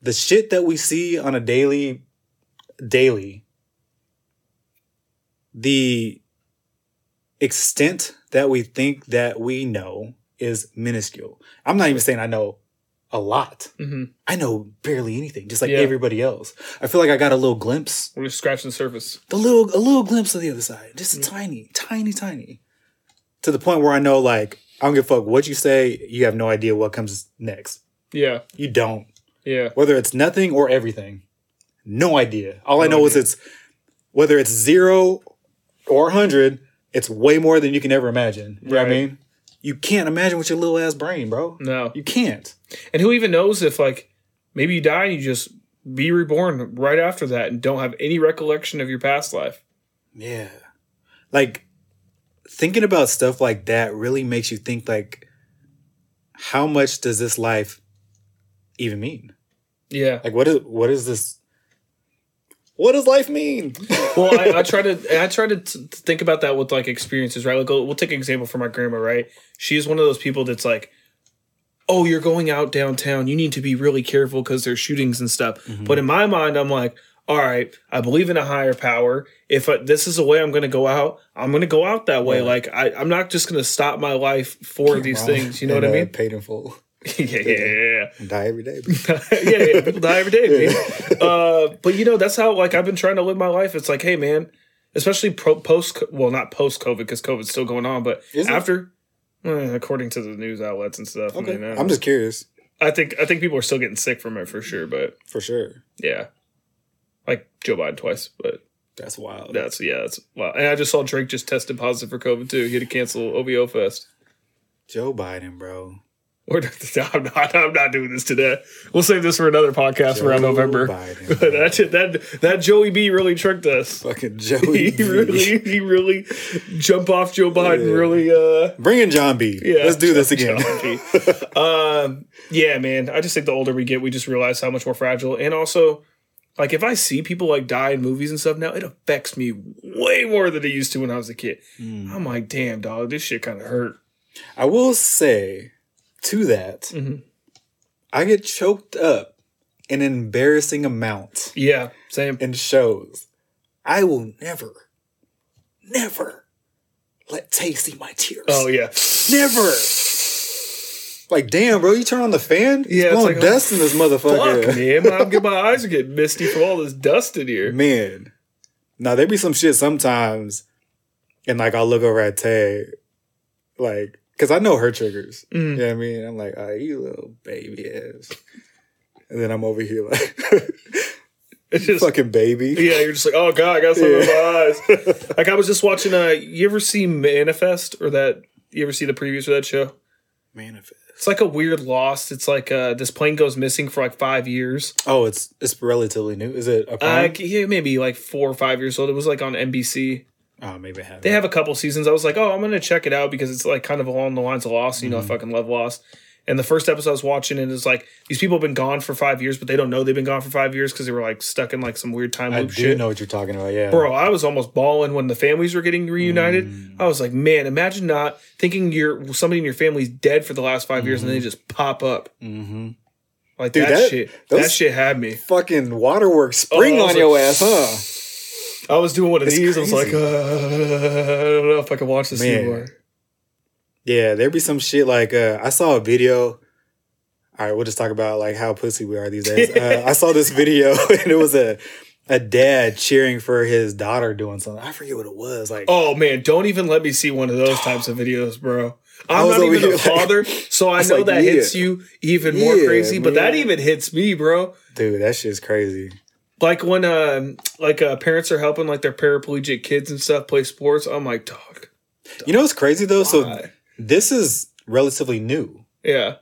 the shit that we see on a daily, daily, the extent that we think that we know is minuscule. I'm not even saying I know a lot.
hmm
I know barely anything, just like
Yeah.
everybody else. I feel like I got a little glimpse
We're just scratching the surface.
the little a little glimpse of the other side, just
Mm.
a tiny, tiny, tiny, to the point where I know like I don't give a fuck what you say. You have no idea what comes next.
Yeah,
You don't.
yeah,
Whether it's nothing or everything, no idea. All I
No
know is
idea.
it's whether it's zero or hundred. It's way more than you can ever imagine. You know what I
Right. Mm.
mean? You can't imagine with your little ass brain, bro.
no.
You can't.
And who even knows if like maybe you die and you just be reborn right after that and don't have any recollection of your past life.
Yeah. Like thinking about stuff like that really makes you think like how much does this life even mean?
Yeah.
Like what is what is this what does life mean?
well, I, I try to I try to t- to think about that with like experiences, right? Like, we'll we'll take an example from my grandma, right? She is one of those people that's like, "Oh, you're going out downtown. You need to be really careful because there's shootings and stuff." But in my mind, I'm like, "All right, I believe in a higher power. If uh this is the way I'm going to go out, I'm going to go out that way. Like, I, I'm not just going to stop my life for these things. You know
And,
what I
uh,
mean?
paid in full.
yeah, yeah, yeah, yeah.
And die every day.
yeah, yeah, people die every day, man. Uh, but you know, that's how like I've been trying to live my life. It's like, hey, man, especially pro- post, well, not post COVID because COVID's still going on, but
Is it?
after, eh, according to the news outlets and stuff, I,
okay.
mean, I don't
I'm
know.
just curious
I think I think people are still getting sick from it for sure, but
for sure.
yeah, like Joe Biden twice, but
That's wild.
that's yeah, that's wow. And I just saw Drake just tested positive for COVID too. He had to cancel OVO Fest.
Joe Biden, bro.
Or I'm not, I'm not doing this today. We'll save this for another podcast around
Joe
November.
Biden,
But
bro.
that shit- that that Joey B really tricked us.
Fucking
Oh,
Joey.
He
B.
really he really jump off Joe Biden
Yeah.
really uh
Bring in John B.
yeah.
Let's do this again.
John B. um yeah, man. I just think the older we get, we just realize how much more fragile. And also, like if I see people like die in movies and stuff now, it affects me way more than it used to when I was a kid. I'm like, damn dog, this shit kinda hurt.
I will say to that,
Mhm.
I get choked up an embarrassing amount
Yeah, same.
in shows. I will never, never let Tay see my tears.
Oh yeah.
Never. Like, damn, bro, you turn on the fan? it's
Yeah, it's
blowing
like, oh,
dust in this motherfucker.
Fuck, man. My, my eyes are getting misty from all this dust in here.
Man. Now there be some shit sometimes, and like I'll look over at Tay, like, cause I know her triggers.
Mm.
You know what I mean? I'm like, oh, you little baby ass. And then I'm over here like,
It's just
fucking baby.
Yeah, you're just like, oh god, I got something in my eyes.
Yeah.
Like I was just watching. Uh, you ever see Manifest or that? You ever see the previews for that show?
Manifest.
It's like a weird Lost. It's like uh, this plane goes missing for like five years.
Oh, it's it's relatively new. Is it a
Uh,
crime?
yeah, maybe like four or five years old. It was like on NBC.
oh, maybe I haven't.
They have a couple seasons. I was like, oh, I'm gonna check it out because it's like kind of along the lines of Lost. You know,
Mm-hmm.
I fucking love Lost. And the first episode I was watching, and it's like these people have been gone for five years, but they don't know they've been gone for five years because they were like stuck in like some weird time
I
loop
do
shit.
know what you're talking about. Yeah,
bro i was almost bawling when the families were getting reunited
Mm.
i was like man imagine not thinking you're somebody in your family's dead for the last 5 years and they just pop up
Mm-hmm.
like
Mm. Dude,
that,
that-
shit that
those-
shit had me
Fucking waterworks spring
Oh, I was
on your
like-
ass, huh?
i was doing one of
It's
these i was like
crazy.
uh, i don't know if i can watch this
Man.
anymore
Yeah, there be some shit like uh, I saw a video. All right, we'll just talk about like how pussy we are these days. uh, I saw this video and it was a a dad cheering for his daughter doing something. I forget what it was. Like,
oh man don't even let me see one of those types of videos bro i'm
was
not
over
even
here
a
like-
father so i
was
know
like,
that
yeah.
hits you even more
Yeah,
crazy but that
man.
even hits me bro
dude, that shit's crazy.
like when um like uh parents are helping like their paraplegic kids and stuff play sports i'm like dog
You know what's crazy though? So
why?
this is relatively new.
yeah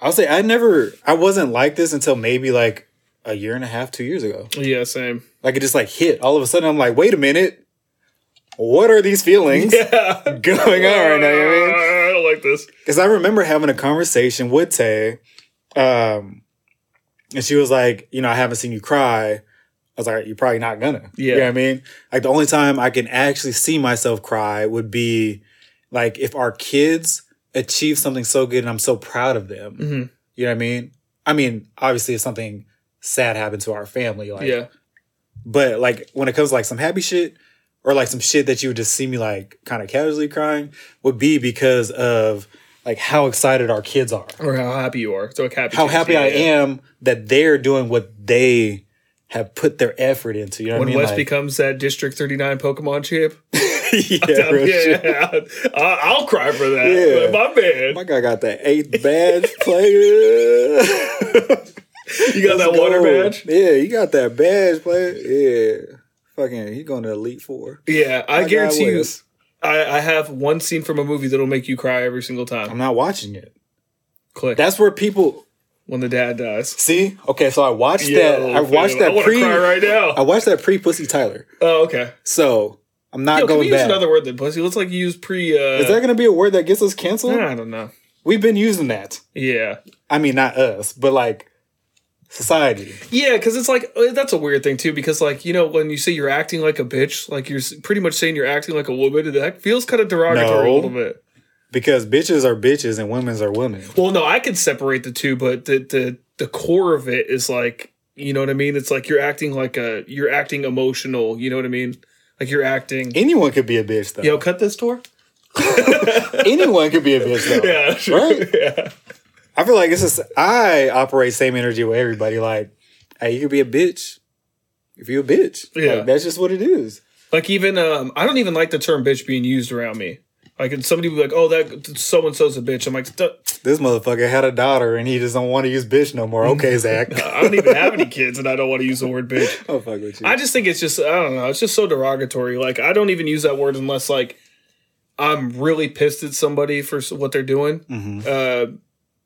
I'll say I never, I wasn't like this until maybe like a year and a half, two years ago.
Yeah, same.
Like it just like hit all of a sudden. I'm like, wait a minute, what are these feelings
Yeah. Going
going on right now? You know what I mean?
I don't like this.
Because I remember having a conversation with Tay, um, and she was like, you know, I haven't seen you cry. I was like, you're probably not gonna. You know
Yeah.
what I mean? Like the only time I can actually see myself cry would be like if our kids achieve something so good and I'm so proud of them.
hmm
You know what I mean? I mean, obviously if something sad happened to our family, like
yeah.
but like when it comes to like some happy shit or like some shit that you would just see me like kind of casually crying would be because of like how excited our kids are.
Or how happy you are. So like happy.
How
tears,
happy
yeah,
I
yeah.
am that they're doing what they have put their effort into. You know what
When
I mean?
West
Like-
becomes that District 39 Pokemon champ,
yeah,
yeah,
real shit.
I, I'll cry for that.
Yeah.
My man,
My guy got that eighth badge player.
you got that water badge.
Yeah, you got that badge player. Yeah. Fucking he going to Elite Four.
Yeah, I,
My guy
guarantee you,
Wes.
I, I have one scene from a movie that'll make you cry every single
I'm
time.
not watching it.
Click
That's where people
when the dad dies.
See, okay, so I watched that. I
Yo,
watched
fam, I
that
wanna
pre.
cry right now.
I watched that pre Pussy Tyler.
oh, okay.
So I'm not
Yo, can
going
we use
back.
another word than pussy? Let's like use pre. Uh,
Is that going to be a word that gets us canceled?
I don't know.
We've been using that.
Yeah,
I mean, not us, but like society.
yeah, because it's like uh, that's a weird thing too. Because like you know when you say you're acting like a bitch, like you're s- pretty much saying you're acting like a woman, and that feels kind of derogatory
No.
a little bit.
Because bitches are bitches and women's are women.
Well, no, I could separate the two, but the the the core of it is like you know what I mean. It's like you're acting like a you're acting emotional. You know what I mean? Like you're acting.
Anyone could be a bitch though.
Yo, cut this door.
Anyone could be a bitch though.
Yeah,
Right?
yeah,
I feel like it's just I operate same energy with everybody. Like, hey, you could be a bitch if you a bitch. Like,
Yeah.
that's just what it is.
Like even um, I don't even like the term "bitch" being used around me. Like and somebody be like, "Oh, that so and so's a bitch." I'm like, "Duh,
This motherfucker had a daughter and he just don't want to use bitch no more. Okay, Zach.
I don't even have any kids, and I don't want to use the word "bitch."
I'll fuck with you.
I just think it's just I don't know. It's just so derogatory. Like I don't even use that word unless like I'm really pissed at somebody for s- what they're doing.
Mm-hmm.
Uh,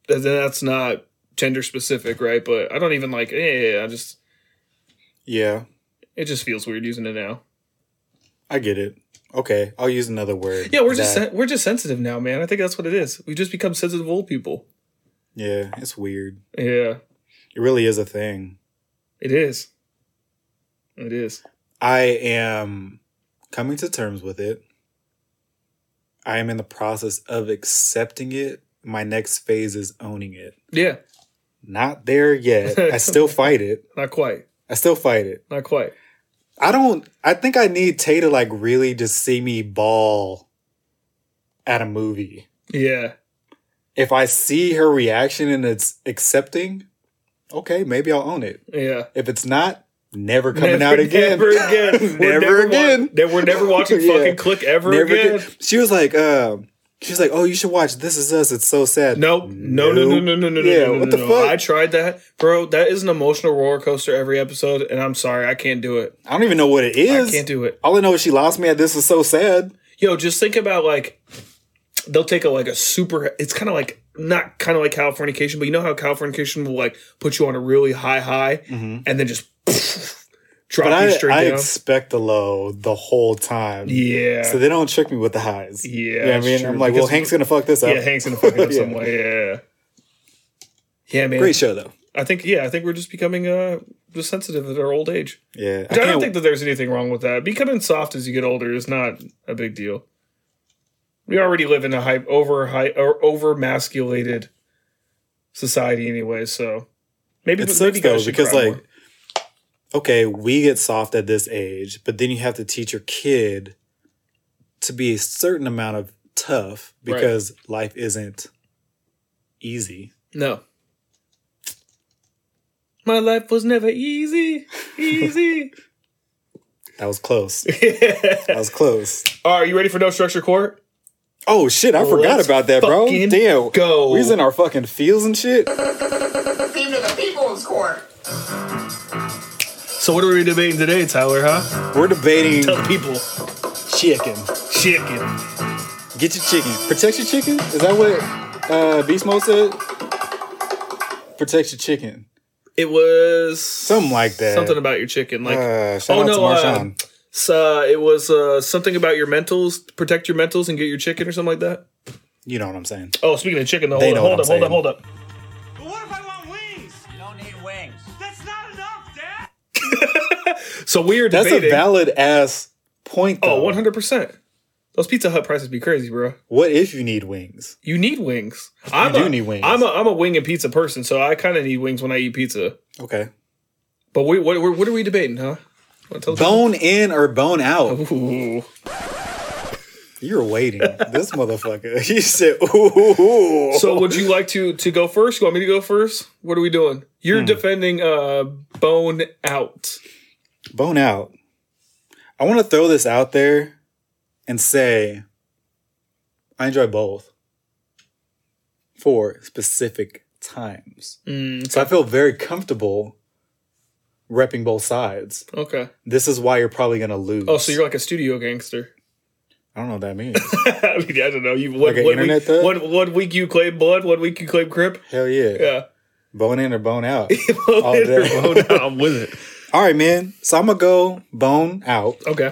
then that's not gender specific, right? But I don't even like. Eh, I just
yeah,
it just feels weird using it now.
I get it. Okay, I'll use another word.
Yeah, we're just
That-
sen- we're just sensitive now, man. I think that's what it is. We just become sensitive old people.
yeah, it's weird.
Yeah,
It really is a thing.
it is. It is.
I am coming to terms with it. I am in the process of accepting it. My next phase is owning it.
Yeah,
Not there yet. I still fight it.
not quite.
I still fight it.
Not quite.
I don't. I think I need Tay to like really just see me ball at a movie.
Yeah.
If I see her reaction and it's accepting, okay, maybe I'll own it.
Yeah.
If it's not, never coming
Never-
out again.
Never again. We're
Never
wa-
again.
ne- we're never watching
Yeah.
fucking Click ever
Never
again.
again. She was like, um, she was like, oh, you should watch This Is Us. It's so sad.
No, no, no, no, no, no, no,
Yeah,
no, no,
what the
no, no.
fuck?
I tried that, bro. That is an emotional roller coaster every episode, and I'm sorry, I can't do it.
I don't even know what it is.
I can't do it.
All I know is she lost me at This Is So Sad.
Yo, just think about like they'll take a like a super. It's kind of like not kind of like Californication, but you know how Californication will like put you on a really high high, and then just drop
Mm-hmm. But
you
I,
straight
I
down.
expect the low the whole time.
yeah,
So they don't trick me with the highs.
Yeah,
You know what I
it's
mean?
true.
I'm like, well,
Because-
Hank's going to fuck this up.
yeah. Hank's gonna fuck it up
Yeah.
some way. Yeah, yeah, man.
Great show, though.
I think yeah, I think we're just becoming uh just sensitive at our old age.
Yeah.
I, don't
can't-
think that there's anything wrong with that. Becoming soft as you get older is not a big deal. We already live in a hype over hype or over masculated society anyway, so maybe
it
maybe
sucks
guys
though
should
because
cry
like
more.
okay we get soft at this age but then you have to teach your kid to be a certain amount of tough
Right.
because life isn't easy
no. My life was never easy. Easy.
that was close that was close
Are you ready for no structure court?
oh shit i forgot
Let's
about that bro
fucking
damn
go.
we was in our fucking fields and shit
Team to the People's Court.
So what are we debating today, Tyler, huh?
we're debating
Tell the people.
chicken
Chicken.
get your chicken protect your chicken is that what uh beast mode said protects your chicken.
It was
Something like that.
Something about your chicken, like
uh, shout
oh,
out
no,
to Marshawn.
so it was uh, something about your mentals, protect your mentals, and get your chicken or something like that.
you know what I'm saying.
Oh, speaking of chicken, though,
They
hold up,
know
hold
what
up,
I'm
hold up, hold up.
But what if I want wings?
You don't need wings.
That's not enough, Dad.
So we are
That's
debating.
a valid ass point
oh,
though.
one hundred percent. Those Pizza Hut prices be crazy, bro.
What if you need wings?
You need wings. I
do need wings.
I'm a I'm a wing and pizza person, so I kind of need wings when I eat pizza.
Okay.
But we what what, what are we debating, huh? Wanna tell the
Bone in or bone out.
people? Ooh.
You're waiting. this motherfucker. He said, ooh.
So would you like to to go first? You want me to go first? What are we doing? You're defending uh bone out.
bone out. I want to throw this out there and say I enjoy both for specific times.
Mm,
So I feel very comfortable repping both sides.
okay.
This is why you're probably going to lose.
Oh, so you're like a studio gangster.
I don't know what that means.
I mean, I don't know. You one,
Like an
one
internet
week,
thug?
one, one week you claim blood, one week you claim crip.
Hell yeah.
Yeah.
Bone in or bone out.
Bone
All
in or
day.
bone out, I'm with it.
All right, man. So I'm going to go bone out.
Okay.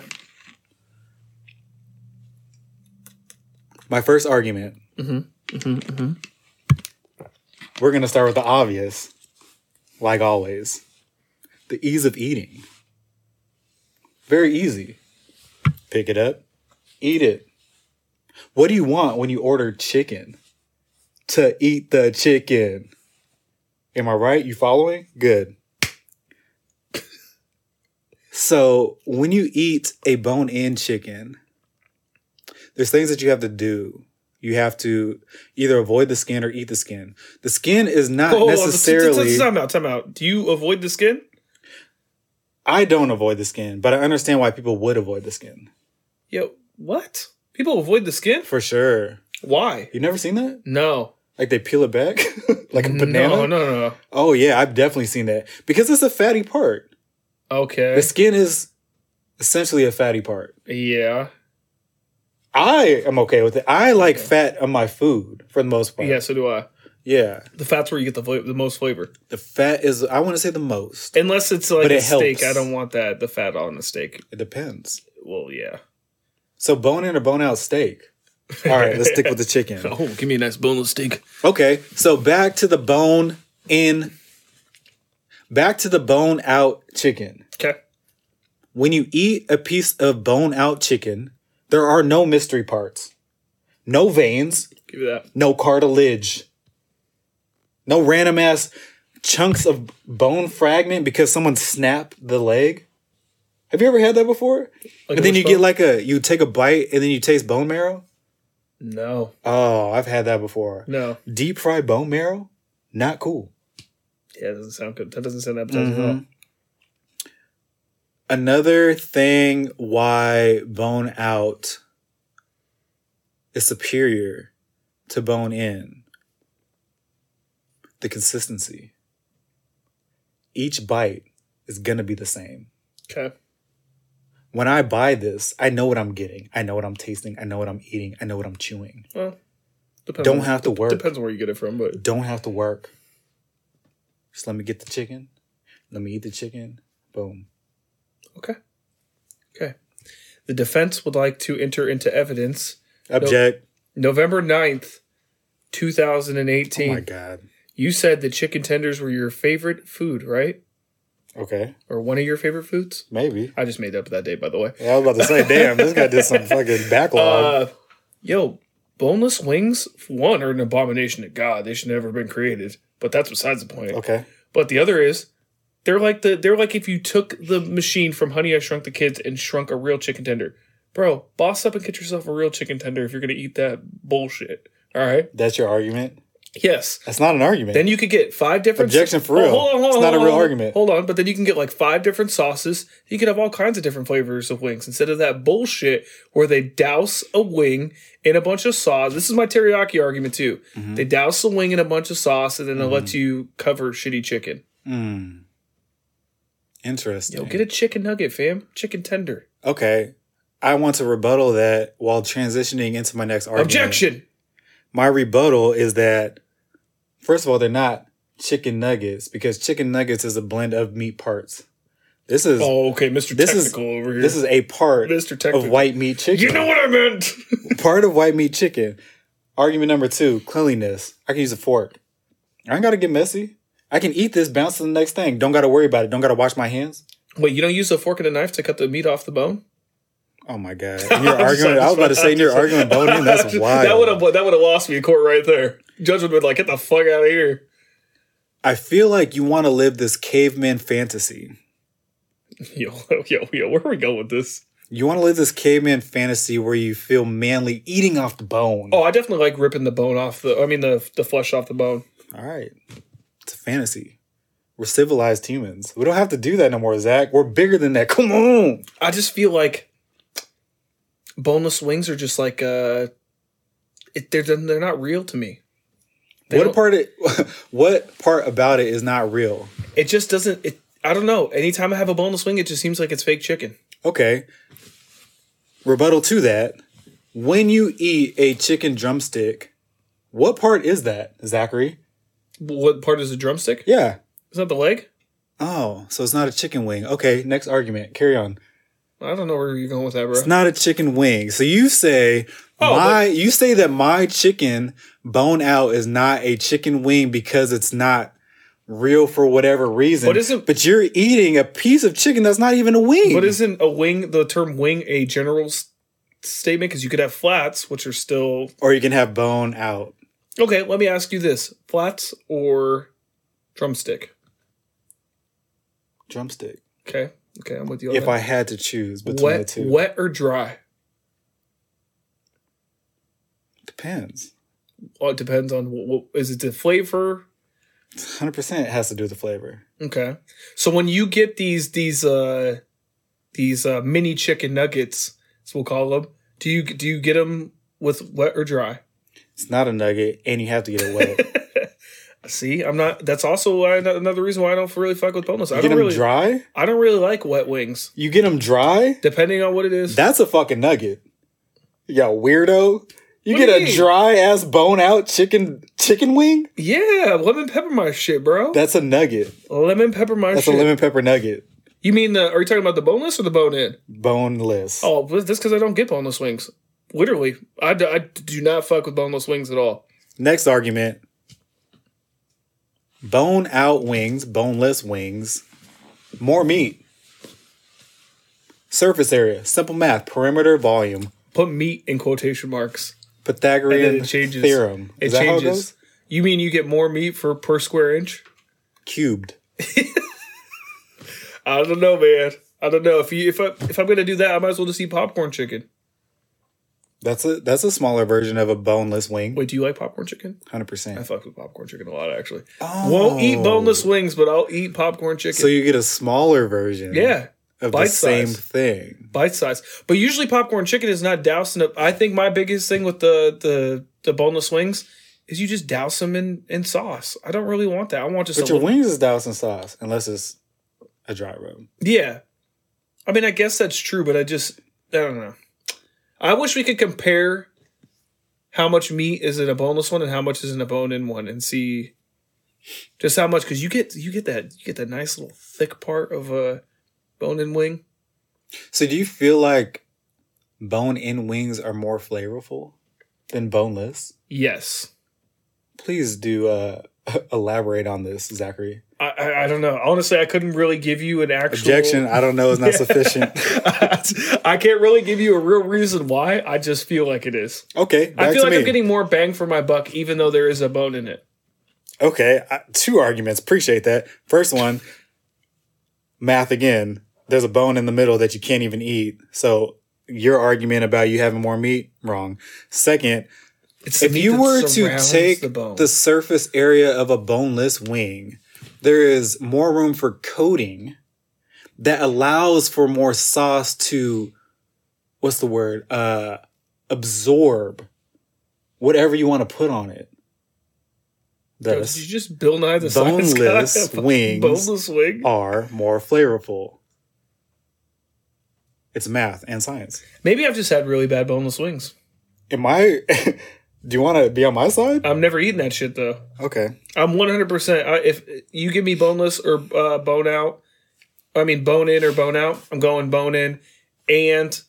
My first argument.
Mm-hmm.
We're going to start with the obvious, like always the ease of eating. Very easy. Pick it up, eat it. What do you want when you order chicken? To eat the chicken. Am I right? You following? Good. So, when you eat a bone in chicken, there's things that you have to do. You have to either avoid the skin or eat the skin. The skin is not
Oh,
necessarily.
Time out. Time out. Do you avoid the skin?
I don't avoid the skin, but I understand why people would avoid the skin.
Yo, what? People avoid the skin?
For sure.
Why?
You never seen that?
No.
Like they peel it back like a banana?
No, no, no.
Oh yeah, I've definitely seen that. Because it's a fatty part.
Okay.
The skin is essentially a fatty part.
yeah.
I am okay with it. I like fat on my food for the most part.
Yeah, so do I.
Yeah.
The fat's where you get the fla- the most flavor.
The fat is I want to say the most.
Unless it's like
But
a
it
steak.
helps.
I don't want that. The fat on the steak.
It depends.
Well, yeah.
So bone in or bone out steak. All right, let's stick with the chicken.
Oh, give me a nice boneless steak.
Okay, so back to the bone in, back to the bone out chicken.
Okay.
When you eat a piece of bone out chicken, there are no mystery parts, no veins,
Give me that.
no cartilage, no random ass chunks of bone fragment because someone snapped the leg. Have you ever had that before? and
Like
then you
wishbone?
get like a, you take a bite and then you taste bone marrow.
No.
Oh, I've had that before.
No.
Deep fried bone marrow, not cool.
Yeah, that doesn't sound good. That doesn't sound appetizing
Mm-hmm.
at all.
another thing why bone out is superior to bone in the consistency each bite is gonna be the same
Okay.
when i buy this i know what i'm getting i know what i'm tasting i know what i'm eating i know what i'm chewing
Depends
don't
on-
have to work
Depends on where you get it from, but
don't have to work just let me get the chicken let me eat the chicken boom
okay. Okay. The defense would like to enter into evidence
object
November 9th,
oh my
2018.
god
you said that chicken tenders were your favorite food, right?
okay
Or one of your favorite foods?
maybe
I just made up that day, by the way.
Yeah, I was about to say, damn, this guy did some fucking backlog.
Uh, yo, boneless wings, one, are an abomination to God. They should never have been created, but that's besides the point.
okay.
But the other is, they're like the they're like if you took the machine from Honey I Shrunk the Kids and shrunk a real chicken tender, bro. Boss up and get yourself a real chicken tender if you're gonna eat that bullshit. All right.
That's your argument?
Yes.
That's not an argument.
Then you could get five different Oh,
Objection for real. It's not a real argument.
Hold on, but then you can get like five different sauces. You could have all kinds of different flavors of wings instead of that bullshit where they douse a wing in a bunch of sauce. This is my teriyaki argument too.
Mm-hmm.
They douse the wing in a bunch of sauce and then it lets you cover shitty chicken.
Hmm. Interesting.
Yo, get a chicken nugget, fam. Chicken tender.
Okay. I want to rebuttal that while transitioning into my next argument.
Objection.
My rebuttal is that, first of all, they're not chicken nuggets because chicken nuggets is a blend of meat parts. This is
Oh, okay, Mr.
this is
Technical over here.
this is a part
Mr.
of
Technical.
white meat chicken.
you know what I meant.
part of white meat chicken. Argument number two: cleanliness. I can use a fork. I ain't gotta get messy. I can eat this, bounce to the next thing. Don't gotta worry about it. Don't gotta wash my hands.
Wait, you don't use a fork and a knife to cut the meat off the bone?
Oh my god! And you're arguing. I was about to say and you're arguing bone in. That's wild.
That would have that would have lost me in court right there. Judge would have been like, "Get the fuck out of here."
I feel like you want to live this caveman fantasy.
Yo, yo, yo, where are we going with this?
You want to live this caveman fantasy where you feel manly eating off the bone.
Oh, I definitely like ripping the bone off the. I mean, the the flesh off the bone.
All right. It's a fantasy. We're civilized humans. We don't have to do that no more, Zach. We're bigger than that. Come on.
I just feel like boneless wings are just like uh, it, they're they're not real to me. They
what
don't-
part it, what part about it is not real?
It just doesn't. It. I don't know. Anytime I have a boneless wing, it just seems like it's fake chicken.
Okay. Rebuttal to that. When you eat a chicken drumstick, what part is that, Zachary?
What part is the drumstick?
Yeah.
Is that the leg?
Oh, so it's not a chicken wing. Okay, next argument. Carry on.
I don't know where you're going with that, bro.
It's not a chicken wing. So you say
Oh,
my you say that my chicken bone out is not a chicken wing because it's not real for whatever reason.
But isn't-
but you're eating a piece of chicken that's not even a wing.
But isn't a wing the term wing a general s- statement? Because you could have flats, which are still
or you can have bone out.
okay. Let me ask you this: flats or drumstick?
Drumstick.
Okay, okay, I'm with you. On
If
that.
I had to choose between the
wet,
two.
wet or dry?
Depends.
Well, it depends on what, what is it the flavor.
Hundred percent it has to do with the flavor.
Okay, so when you get these these uh these uh mini chicken nuggets, as we'll call them, do you do you get them with wet or dry?
It's not a nugget and you have to get it wet.
See, I'm not. That's also why, another reason why I don't really fuck with boneless. I
you get
don't
them
really.
dry?
I don't really like wet wings.
You get them dry?
Depending on what it is.
That's a fucking nugget. Yeah, weirdo. You
What do
get
you
a
mean?
dry ass bone out chicken chicken wing?
yeah, lemon pepper my shit, bro.
That's a nugget.
lemon pepper my
That's
shit.
a lemon pepper nugget.
you mean the? Are you talking about the boneless or the bone in?
Boneless.
Oh, that's because I don't get boneless wings. Literally, I, d- I do not fuck with boneless wings at all.
Next argument. Bone out wings, boneless wings, more meat. Surface area, simple math, perimeter volume,
Put meat in quotation marks. And then
Pythagorean
it changes.
theorem.
It
Is that how
changes.
goes?
you mean you get more meat for per square inch?
Cubed.
I don't know, man. I don't know if you if I if I'm gonna do that, I might as well just eat popcorn chicken.
That's a that's a smaller version of a boneless wing.
Wait, do you like popcorn chicken?
Hundred
I
percent.
fuck with popcorn chicken a lot, actually. Won't eat boneless wings, but I'll eat popcorn chicken.
Oh. So you get a smaller version.
yeah,
of the
Bite
same
size.
thing.
bite size. But usually popcorn chicken is not dousing up. I think my biggest thing with the the the boneless wings is you just douse them in in sauce. I don't really want that. I want just
But
a
your
little,
wings is doused in sauce, unless it's a dry rub.
yeah. I mean, I guess that's true, but I just I don't know. I wish we could compare how much meat is in a boneless one and how much is in a bone-in one, and see just how much because you get you get that you get that nice little thick part of a bone-in wing.
So do you feel like bone in wings are more flavorful than boneless?
Yes.
Please do uh, elaborate on this, Zachary.
I, I, I don't know. Honestly, I couldn't really give you an actual
Objection. I don't know. It's not sufficient.
I can't really give you a real reason why. I just feel like it is.
Okay. Back
I feel
to
like
me.
I'm getting more bang for my buck, even though there is a bone in it.
Okay, I, two arguments. Appreciate that. First one, math again. There's a bone in the middle that you can't even eat. So your argument about you having more meat wrong. Second,
It's
if you were to take the, surface area of a boneless wing, there is more room for coating that allows for more sauce to what's the word? Uh absorb whatever you want to put on it.
Yo,
Thus
did you just Bill Nye the Science Guy?
boneless wings Oh.
boneless wing.
are more flavorful. It's math and science.
Maybe I've just had really bad boneless wings.
Am I Do you want to be on my side?
I'm never eating that shit though.
Okay.
I'm 100%. I, if you give me boneless or uh, bone out, I mean bone in or bone out, I'm going bone in, and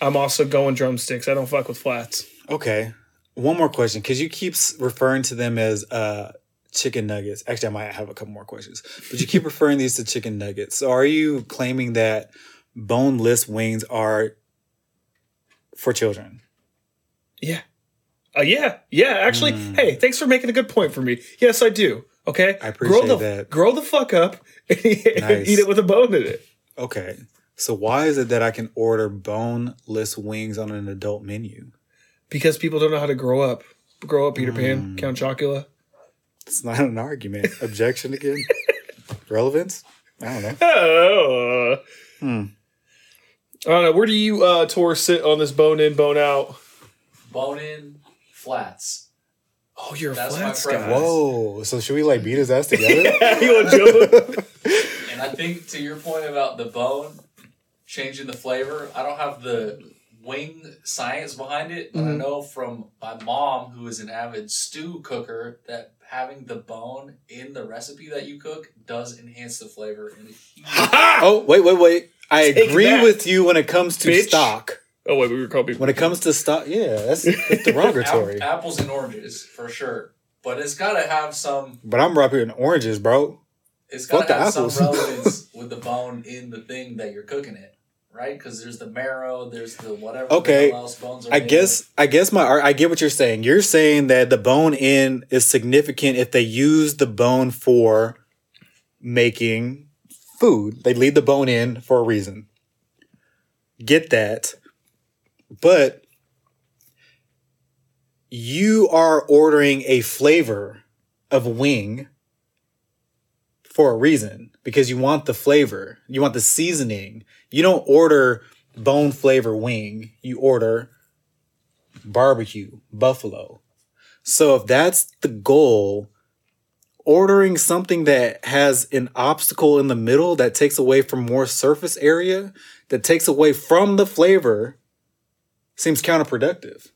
I'm also going drumsticks. I don't fuck with flats.
Okay. One more question, because you keep s- referring to them as uh, chicken nuggets. Actually, I might have a couple more questions, but you keep referring these to chicken nuggets. So, are you claiming that boneless wings are for children?
Yeah. Uh, yeah. Yeah. Actually, hey, thanks for making a good point for me. Yes, I do. Okay.
Hmm. I appreciate
grow the,
that.
Grow the fuck up and,
Nice.
eat it with a bone in it.
Okay. So, why is it that I can order boneless wings on an adult menu?
Because people don't know how to grow up. Grow up, Peter Pan, Count Chocula.
It's not an argument. Objection again? Relevance? I don't know.
Oh.
Hmm.
I don't know. Where do you, uh, Tor, sit on this bone in, bone out?
Bone in flats.
Oh, you're a
That's my
flats
preference.
guy.
Whoa. So, should we like beat his ass together?
you want jumbo?
And I think to your point about the bone changing the flavor, I don't have the wing science behind it, but I know from my mom, who is an avid stew cooker, that having the bone in the recipe that you cook does enhance the flavor. in a huge-
Ah!
Oh, wait, wait, wait. I
Take
agree
that,
with you when it comes to
bitch.
stock.
Oh, wait, we were called people.
When it comes to stock, yeah, that's, that's
App-
derogatory.
apples and oranges for sure, but it's got to have some.
but I'm wrapping in oranges, bro.
It's
Fuck
got to
the
have some
apples.
relevance with the bone in the thing that you're cooking it, right? Because there's the marrow, there's the whatever. the
Okay.
hell else bones are
I
made
guess, I guess my, ar- I get what you're saying. You're saying that the bone in is significant if they use the bone for making food. They leave the bone in for a reason. Get that. But you are ordering a flavor of wing for a reason because you want the flavor, you want the seasoning. You don't order bone flavor wing, you order barbecue, buffalo. So if that's the goal, ordering something that has an obstacle in the middle that takes away from more surface area, that takes away from the flavor, seems counterproductive.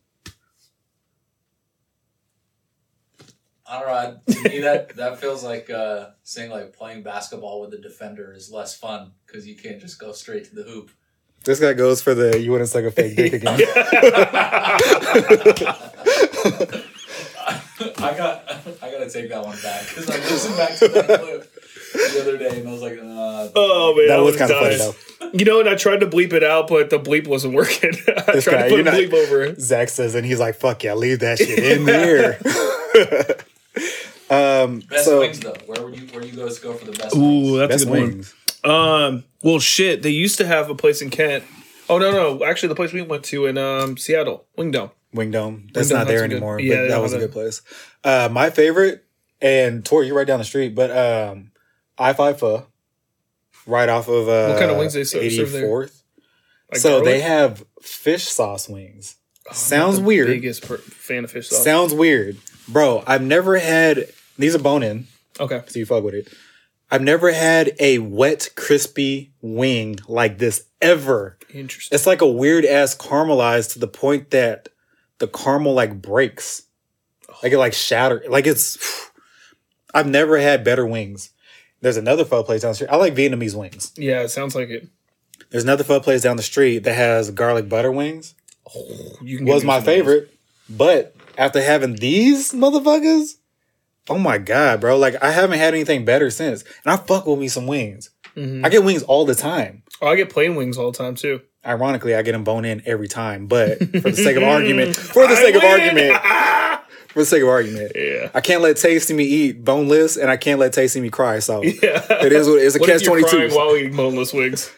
I don't know. To me, that that feels like uh, saying like playing basketball with a defender is less fun because you can't just go straight to the hoop.
This guy goes for the you wouldn't suck a fake dick again.
I got I gotta take that one back because I listened back to that clip the other day and I was like, uh,
Oh, man.
That
I
was
would've
kind of funny
died.
though.
You know, and I tried to bleep it out, but the bleep wasn't working. I
This guy,
tried to put
you're
a
not-
bleep over it.
Zach says, and he's like, "Fuck yeah, leave that shit in there." um,
best
so
wings though. Where would you where you guys go for the best
Ooh,
wings?
that's
best
a good
wings.
one. Um, well, shit, they used to have a place in Kent. Oh no, no, actually, the place we went to in um Seattle, Wingdome.
Wing Dome. That's not
Wing Dome had
there
some good-
anymore,
yeah,
but
they
that
don't
was a
have
good
it.
place. Uh, my favorite, and Tori, you're right down the street, but um, I Five Pho, right off of uh,
What kind of wings they serve- serve there?
84th.
Like
so they
garlic? Oh,
have fish sauce wings. Sounds
The
weird.
Biggest per- fan of fish sauce.
Sounds weird, bro. I've never had these are bone in.
okay,
so you fuck with it. I've never had a wet, crispy wing like this ever.
interesting.
It's like a weird ass caramelized to the point that the caramel like breaks, like it like shatter. Like it's. I've never had better wings. There's another pho place down the street. I like Vietnamese wings.
Yeah, it sounds like it.
There's another pho place down the street that has garlic butter wings.
You can
Was
get
my
me some of those.
favorite, but after having these motherfuckers, oh my god, bro! Like I haven't had anything better since. And I fuck with me some wings. I get wings all the time.
Oh, I get plain wings all the time too.
Ironically, I get them bone in every time, but for the sake of argument, for the sake of
win!
argument, for the sake of argument,
Yeah.
I can't let Tasty Me eat boneless, and I can't let Tasty Me cry. So it is what it is. A
What
catch
if you're
twenty
crying
two.
while eating boneless wings?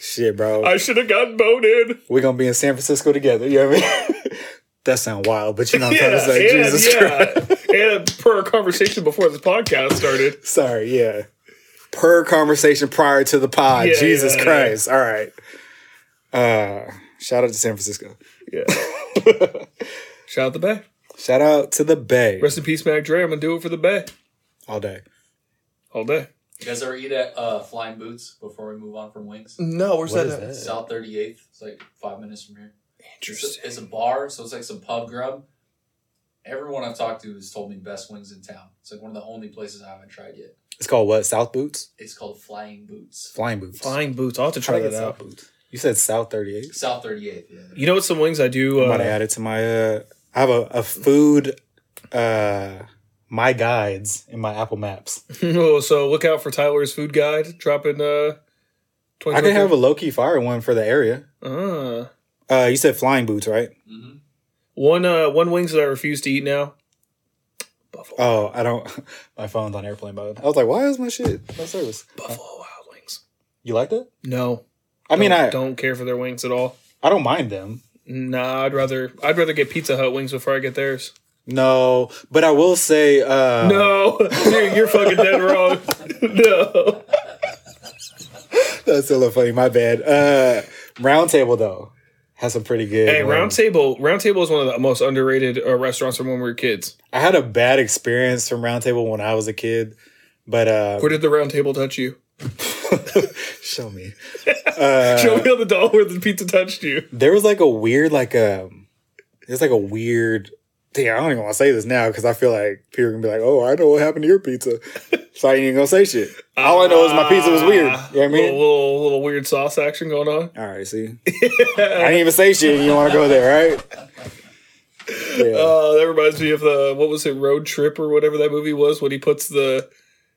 Shit, bro.
I should have gotten bone in.
We're gonna be in San Francisco together. You know what I mean? that sound wild, but you know what I'm trying to say.
and,
Jesus Christ.
yeah. and per our conversation before this podcast started,
Sorry, yeah. Per conversation prior to the pod.
Yeah,
Jesus
yeah,
Christ. All right. Uh shout out to San Francisco.
yeah. Shout out the Bay.
Shout out to the Bay
Rest in peace, Mac Dre. I'm gonna do it for the Bay
all day.
all day.
You guys ever eat at uh, Flying Boots before we move on from wings?
No, where's
What is that?
South 38th. It's like five minutes from here. It's a, it's a bar, so it's like some pub grub. Everyone I've talked to has told me best wings in town. It's like one of the only places I haven't tried yet.
It's called what? South Boots?
It's called Flying Boots.
Flying Boots.
Flying boots. I'll have to
Try
try
to get
that
South
out.
Boots. You said South 38.
South 38th. Yeah.
You know what? Some wings I do.
I'm about to
Uh,
add it to my. Uh, I have a, a food, uh, my guides in my Apple Maps.
oh, so look out for Tyler's food guide dropping. Uh,
I could have a low key fire one for the area.
Uh,
Uh, you said flying boots, right?
hmm
one uh, one wings that I refuse to eat now. Buffalo,
Oh, I don't. My phone's on airplane mode. I was like, why is my shit no service?
Buffalo Wild Wings.
You liked it?
No,
I mean,
don't-
I
don't care for their wings at all.
I don't mind them.
Nah, I'd rather I'd rather get Pizza Hut wings before I get theirs.
No, but I will say, uh,
No, you're, you're fucking dead wrong. no,
that's still look funny. My bad. Uh, round table though has some pretty good.
hey, Round
ones.
Table. Round Table is one of the most underrated uh, restaurants from when we were kids.
I had a bad experience from round table when I was a kid, but uh,
Where did the Round Table touch you?
show me. Uh,
Show me on the doll where the pizza touched you.
there was like a weird like um there's like a weird thing. I don't even want to say this now because I feel like people can be like, "Oh, I know what happened to your pizza," so I ain't even gonna say shit. All I know is my pizza was weird. You know what I
A Ah, little,
mean?
little, little weird sauce action going on.
All right, see, I didn't even say shit. and You want to go there, right? Yeah.
Uh, that reminds me of the what was it, Road Trip or whatever that movie was when he puts the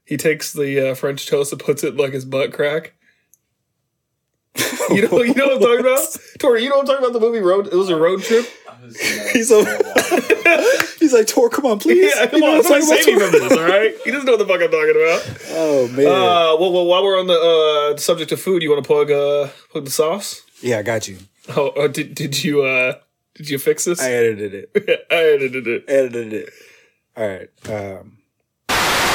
he takes the uh, French toast and puts it in, like his butt crack. You know, you know what I'm talking about, Tori. You know what I'm talking about. The movie Road. It was a road trip.
I'm just, you know,
He's so-
I
He's like, "Tor, come on, please."
Yeah,
You
come
know
on,
what I'm
somebody
talking
save me
about,
from this. All right, he doesn't know what the fuck I'm talking about.
Tor? Oh man,
Uh, well, well, while we're on the uh, subject of food, you want to plug uh, plug the sauce?
yeah, I got you.
Oh, oh did did you uh, did you fix this?
I edited it.
I edited it.
edited it. All right. Um,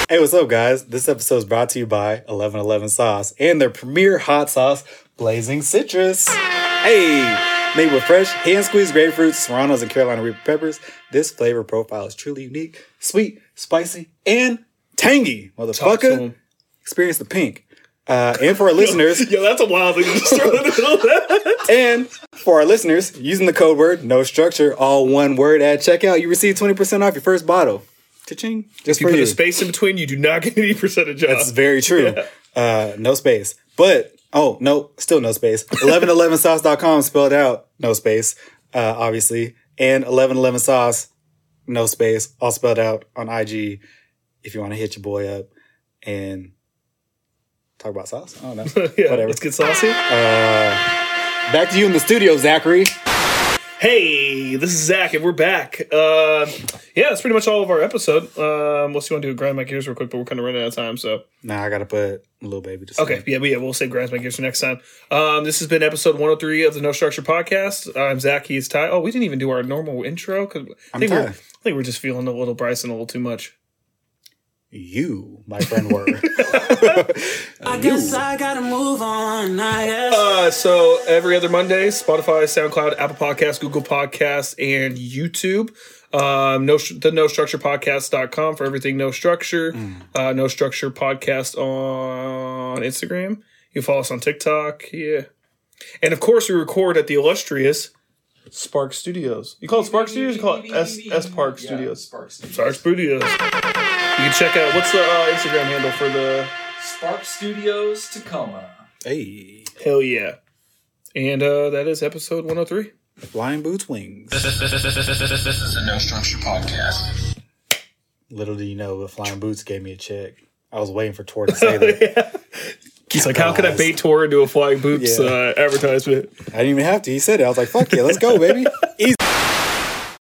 hey, what's up, guys? This episode is brought to you by 1111 Sauce and their premier hot sauce, Blazing Citrus. Hey, made with fresh hand squeezed grapefruits, serranos, and Carolina Reaper peppers. This flavor profile is truly unique, sweet, spicy, and tangy.
Talk to
Motherfucker,
him.
experience the pink. Uh, and for our listeners,
Yo, that's a wild thing to just throw in the middle of that.
and for our listeners, using the code word no structure, all one word at checkout, you receive 20% off your first bottle. Cha-ching. Just
You
for
put
you.
a space in between, you do not get any percentage off.
That's very true. Uh, no space. But, oh, no, still no space. 1111sauce.com spelled out, no space, uh, obviously. And 1111sauce, no space, all spelled out on IG if you want to hit your boy up and talk about sauce. I don't know.
yeah,
whatever. Uh,
Let's get saucy.
Back to you in the studio, Zachary.
hey, this is Zach, and we're back. Uh, yeah, that's pretty much all of our episode. Um, unless you want to do grind my gears real quick, but we're kind of running out of time, so.
Nah, I got to put little baby to
Okay,
sleep.
yeah, but yeah, we'll save Grimes My Gears for next time. Um, this has been episode 103 of the No Structure Podcast. I'm Zach, he's Ty. Oh, we didn't even do our normal intro. Cause I,
I'm
think we're,
Ty.
I think we're just feeling a little Bryson a little too much.
you, my friend, were.
I guess I gotta move on. I guess.
Uh, so every other Monday, Spotify, SoundCloud, Apple Podcasts, Google Podcasts, and YouTube. Um, no, the no structure podcast.com for everything no structure. Uh, no structure podcast on Instagram. You can follow us on TikTok. Yeah. And of course, we record at the illustrious Spark Studios. You call it Spark Studios? You call it S, S Park
Yeah,
Studios?
Spark Studios.
Spark Studios. You can check out what's the uh, Instagram handle for the
Spark Studios Tacoma.
hey,
hell yeah. And uh, that is episode 103.
flying boots wings.
This is a No Structure Podcast.
Little do you know, but flying boots gave me a check. I was waiting for Tor to say that.
He's like, how could I bait Tor into a flying boots
Yeah.
uh, advertisement?
I didn't even have to. He said it. I was like, "Fuck yeah, let's go, baby." Easy.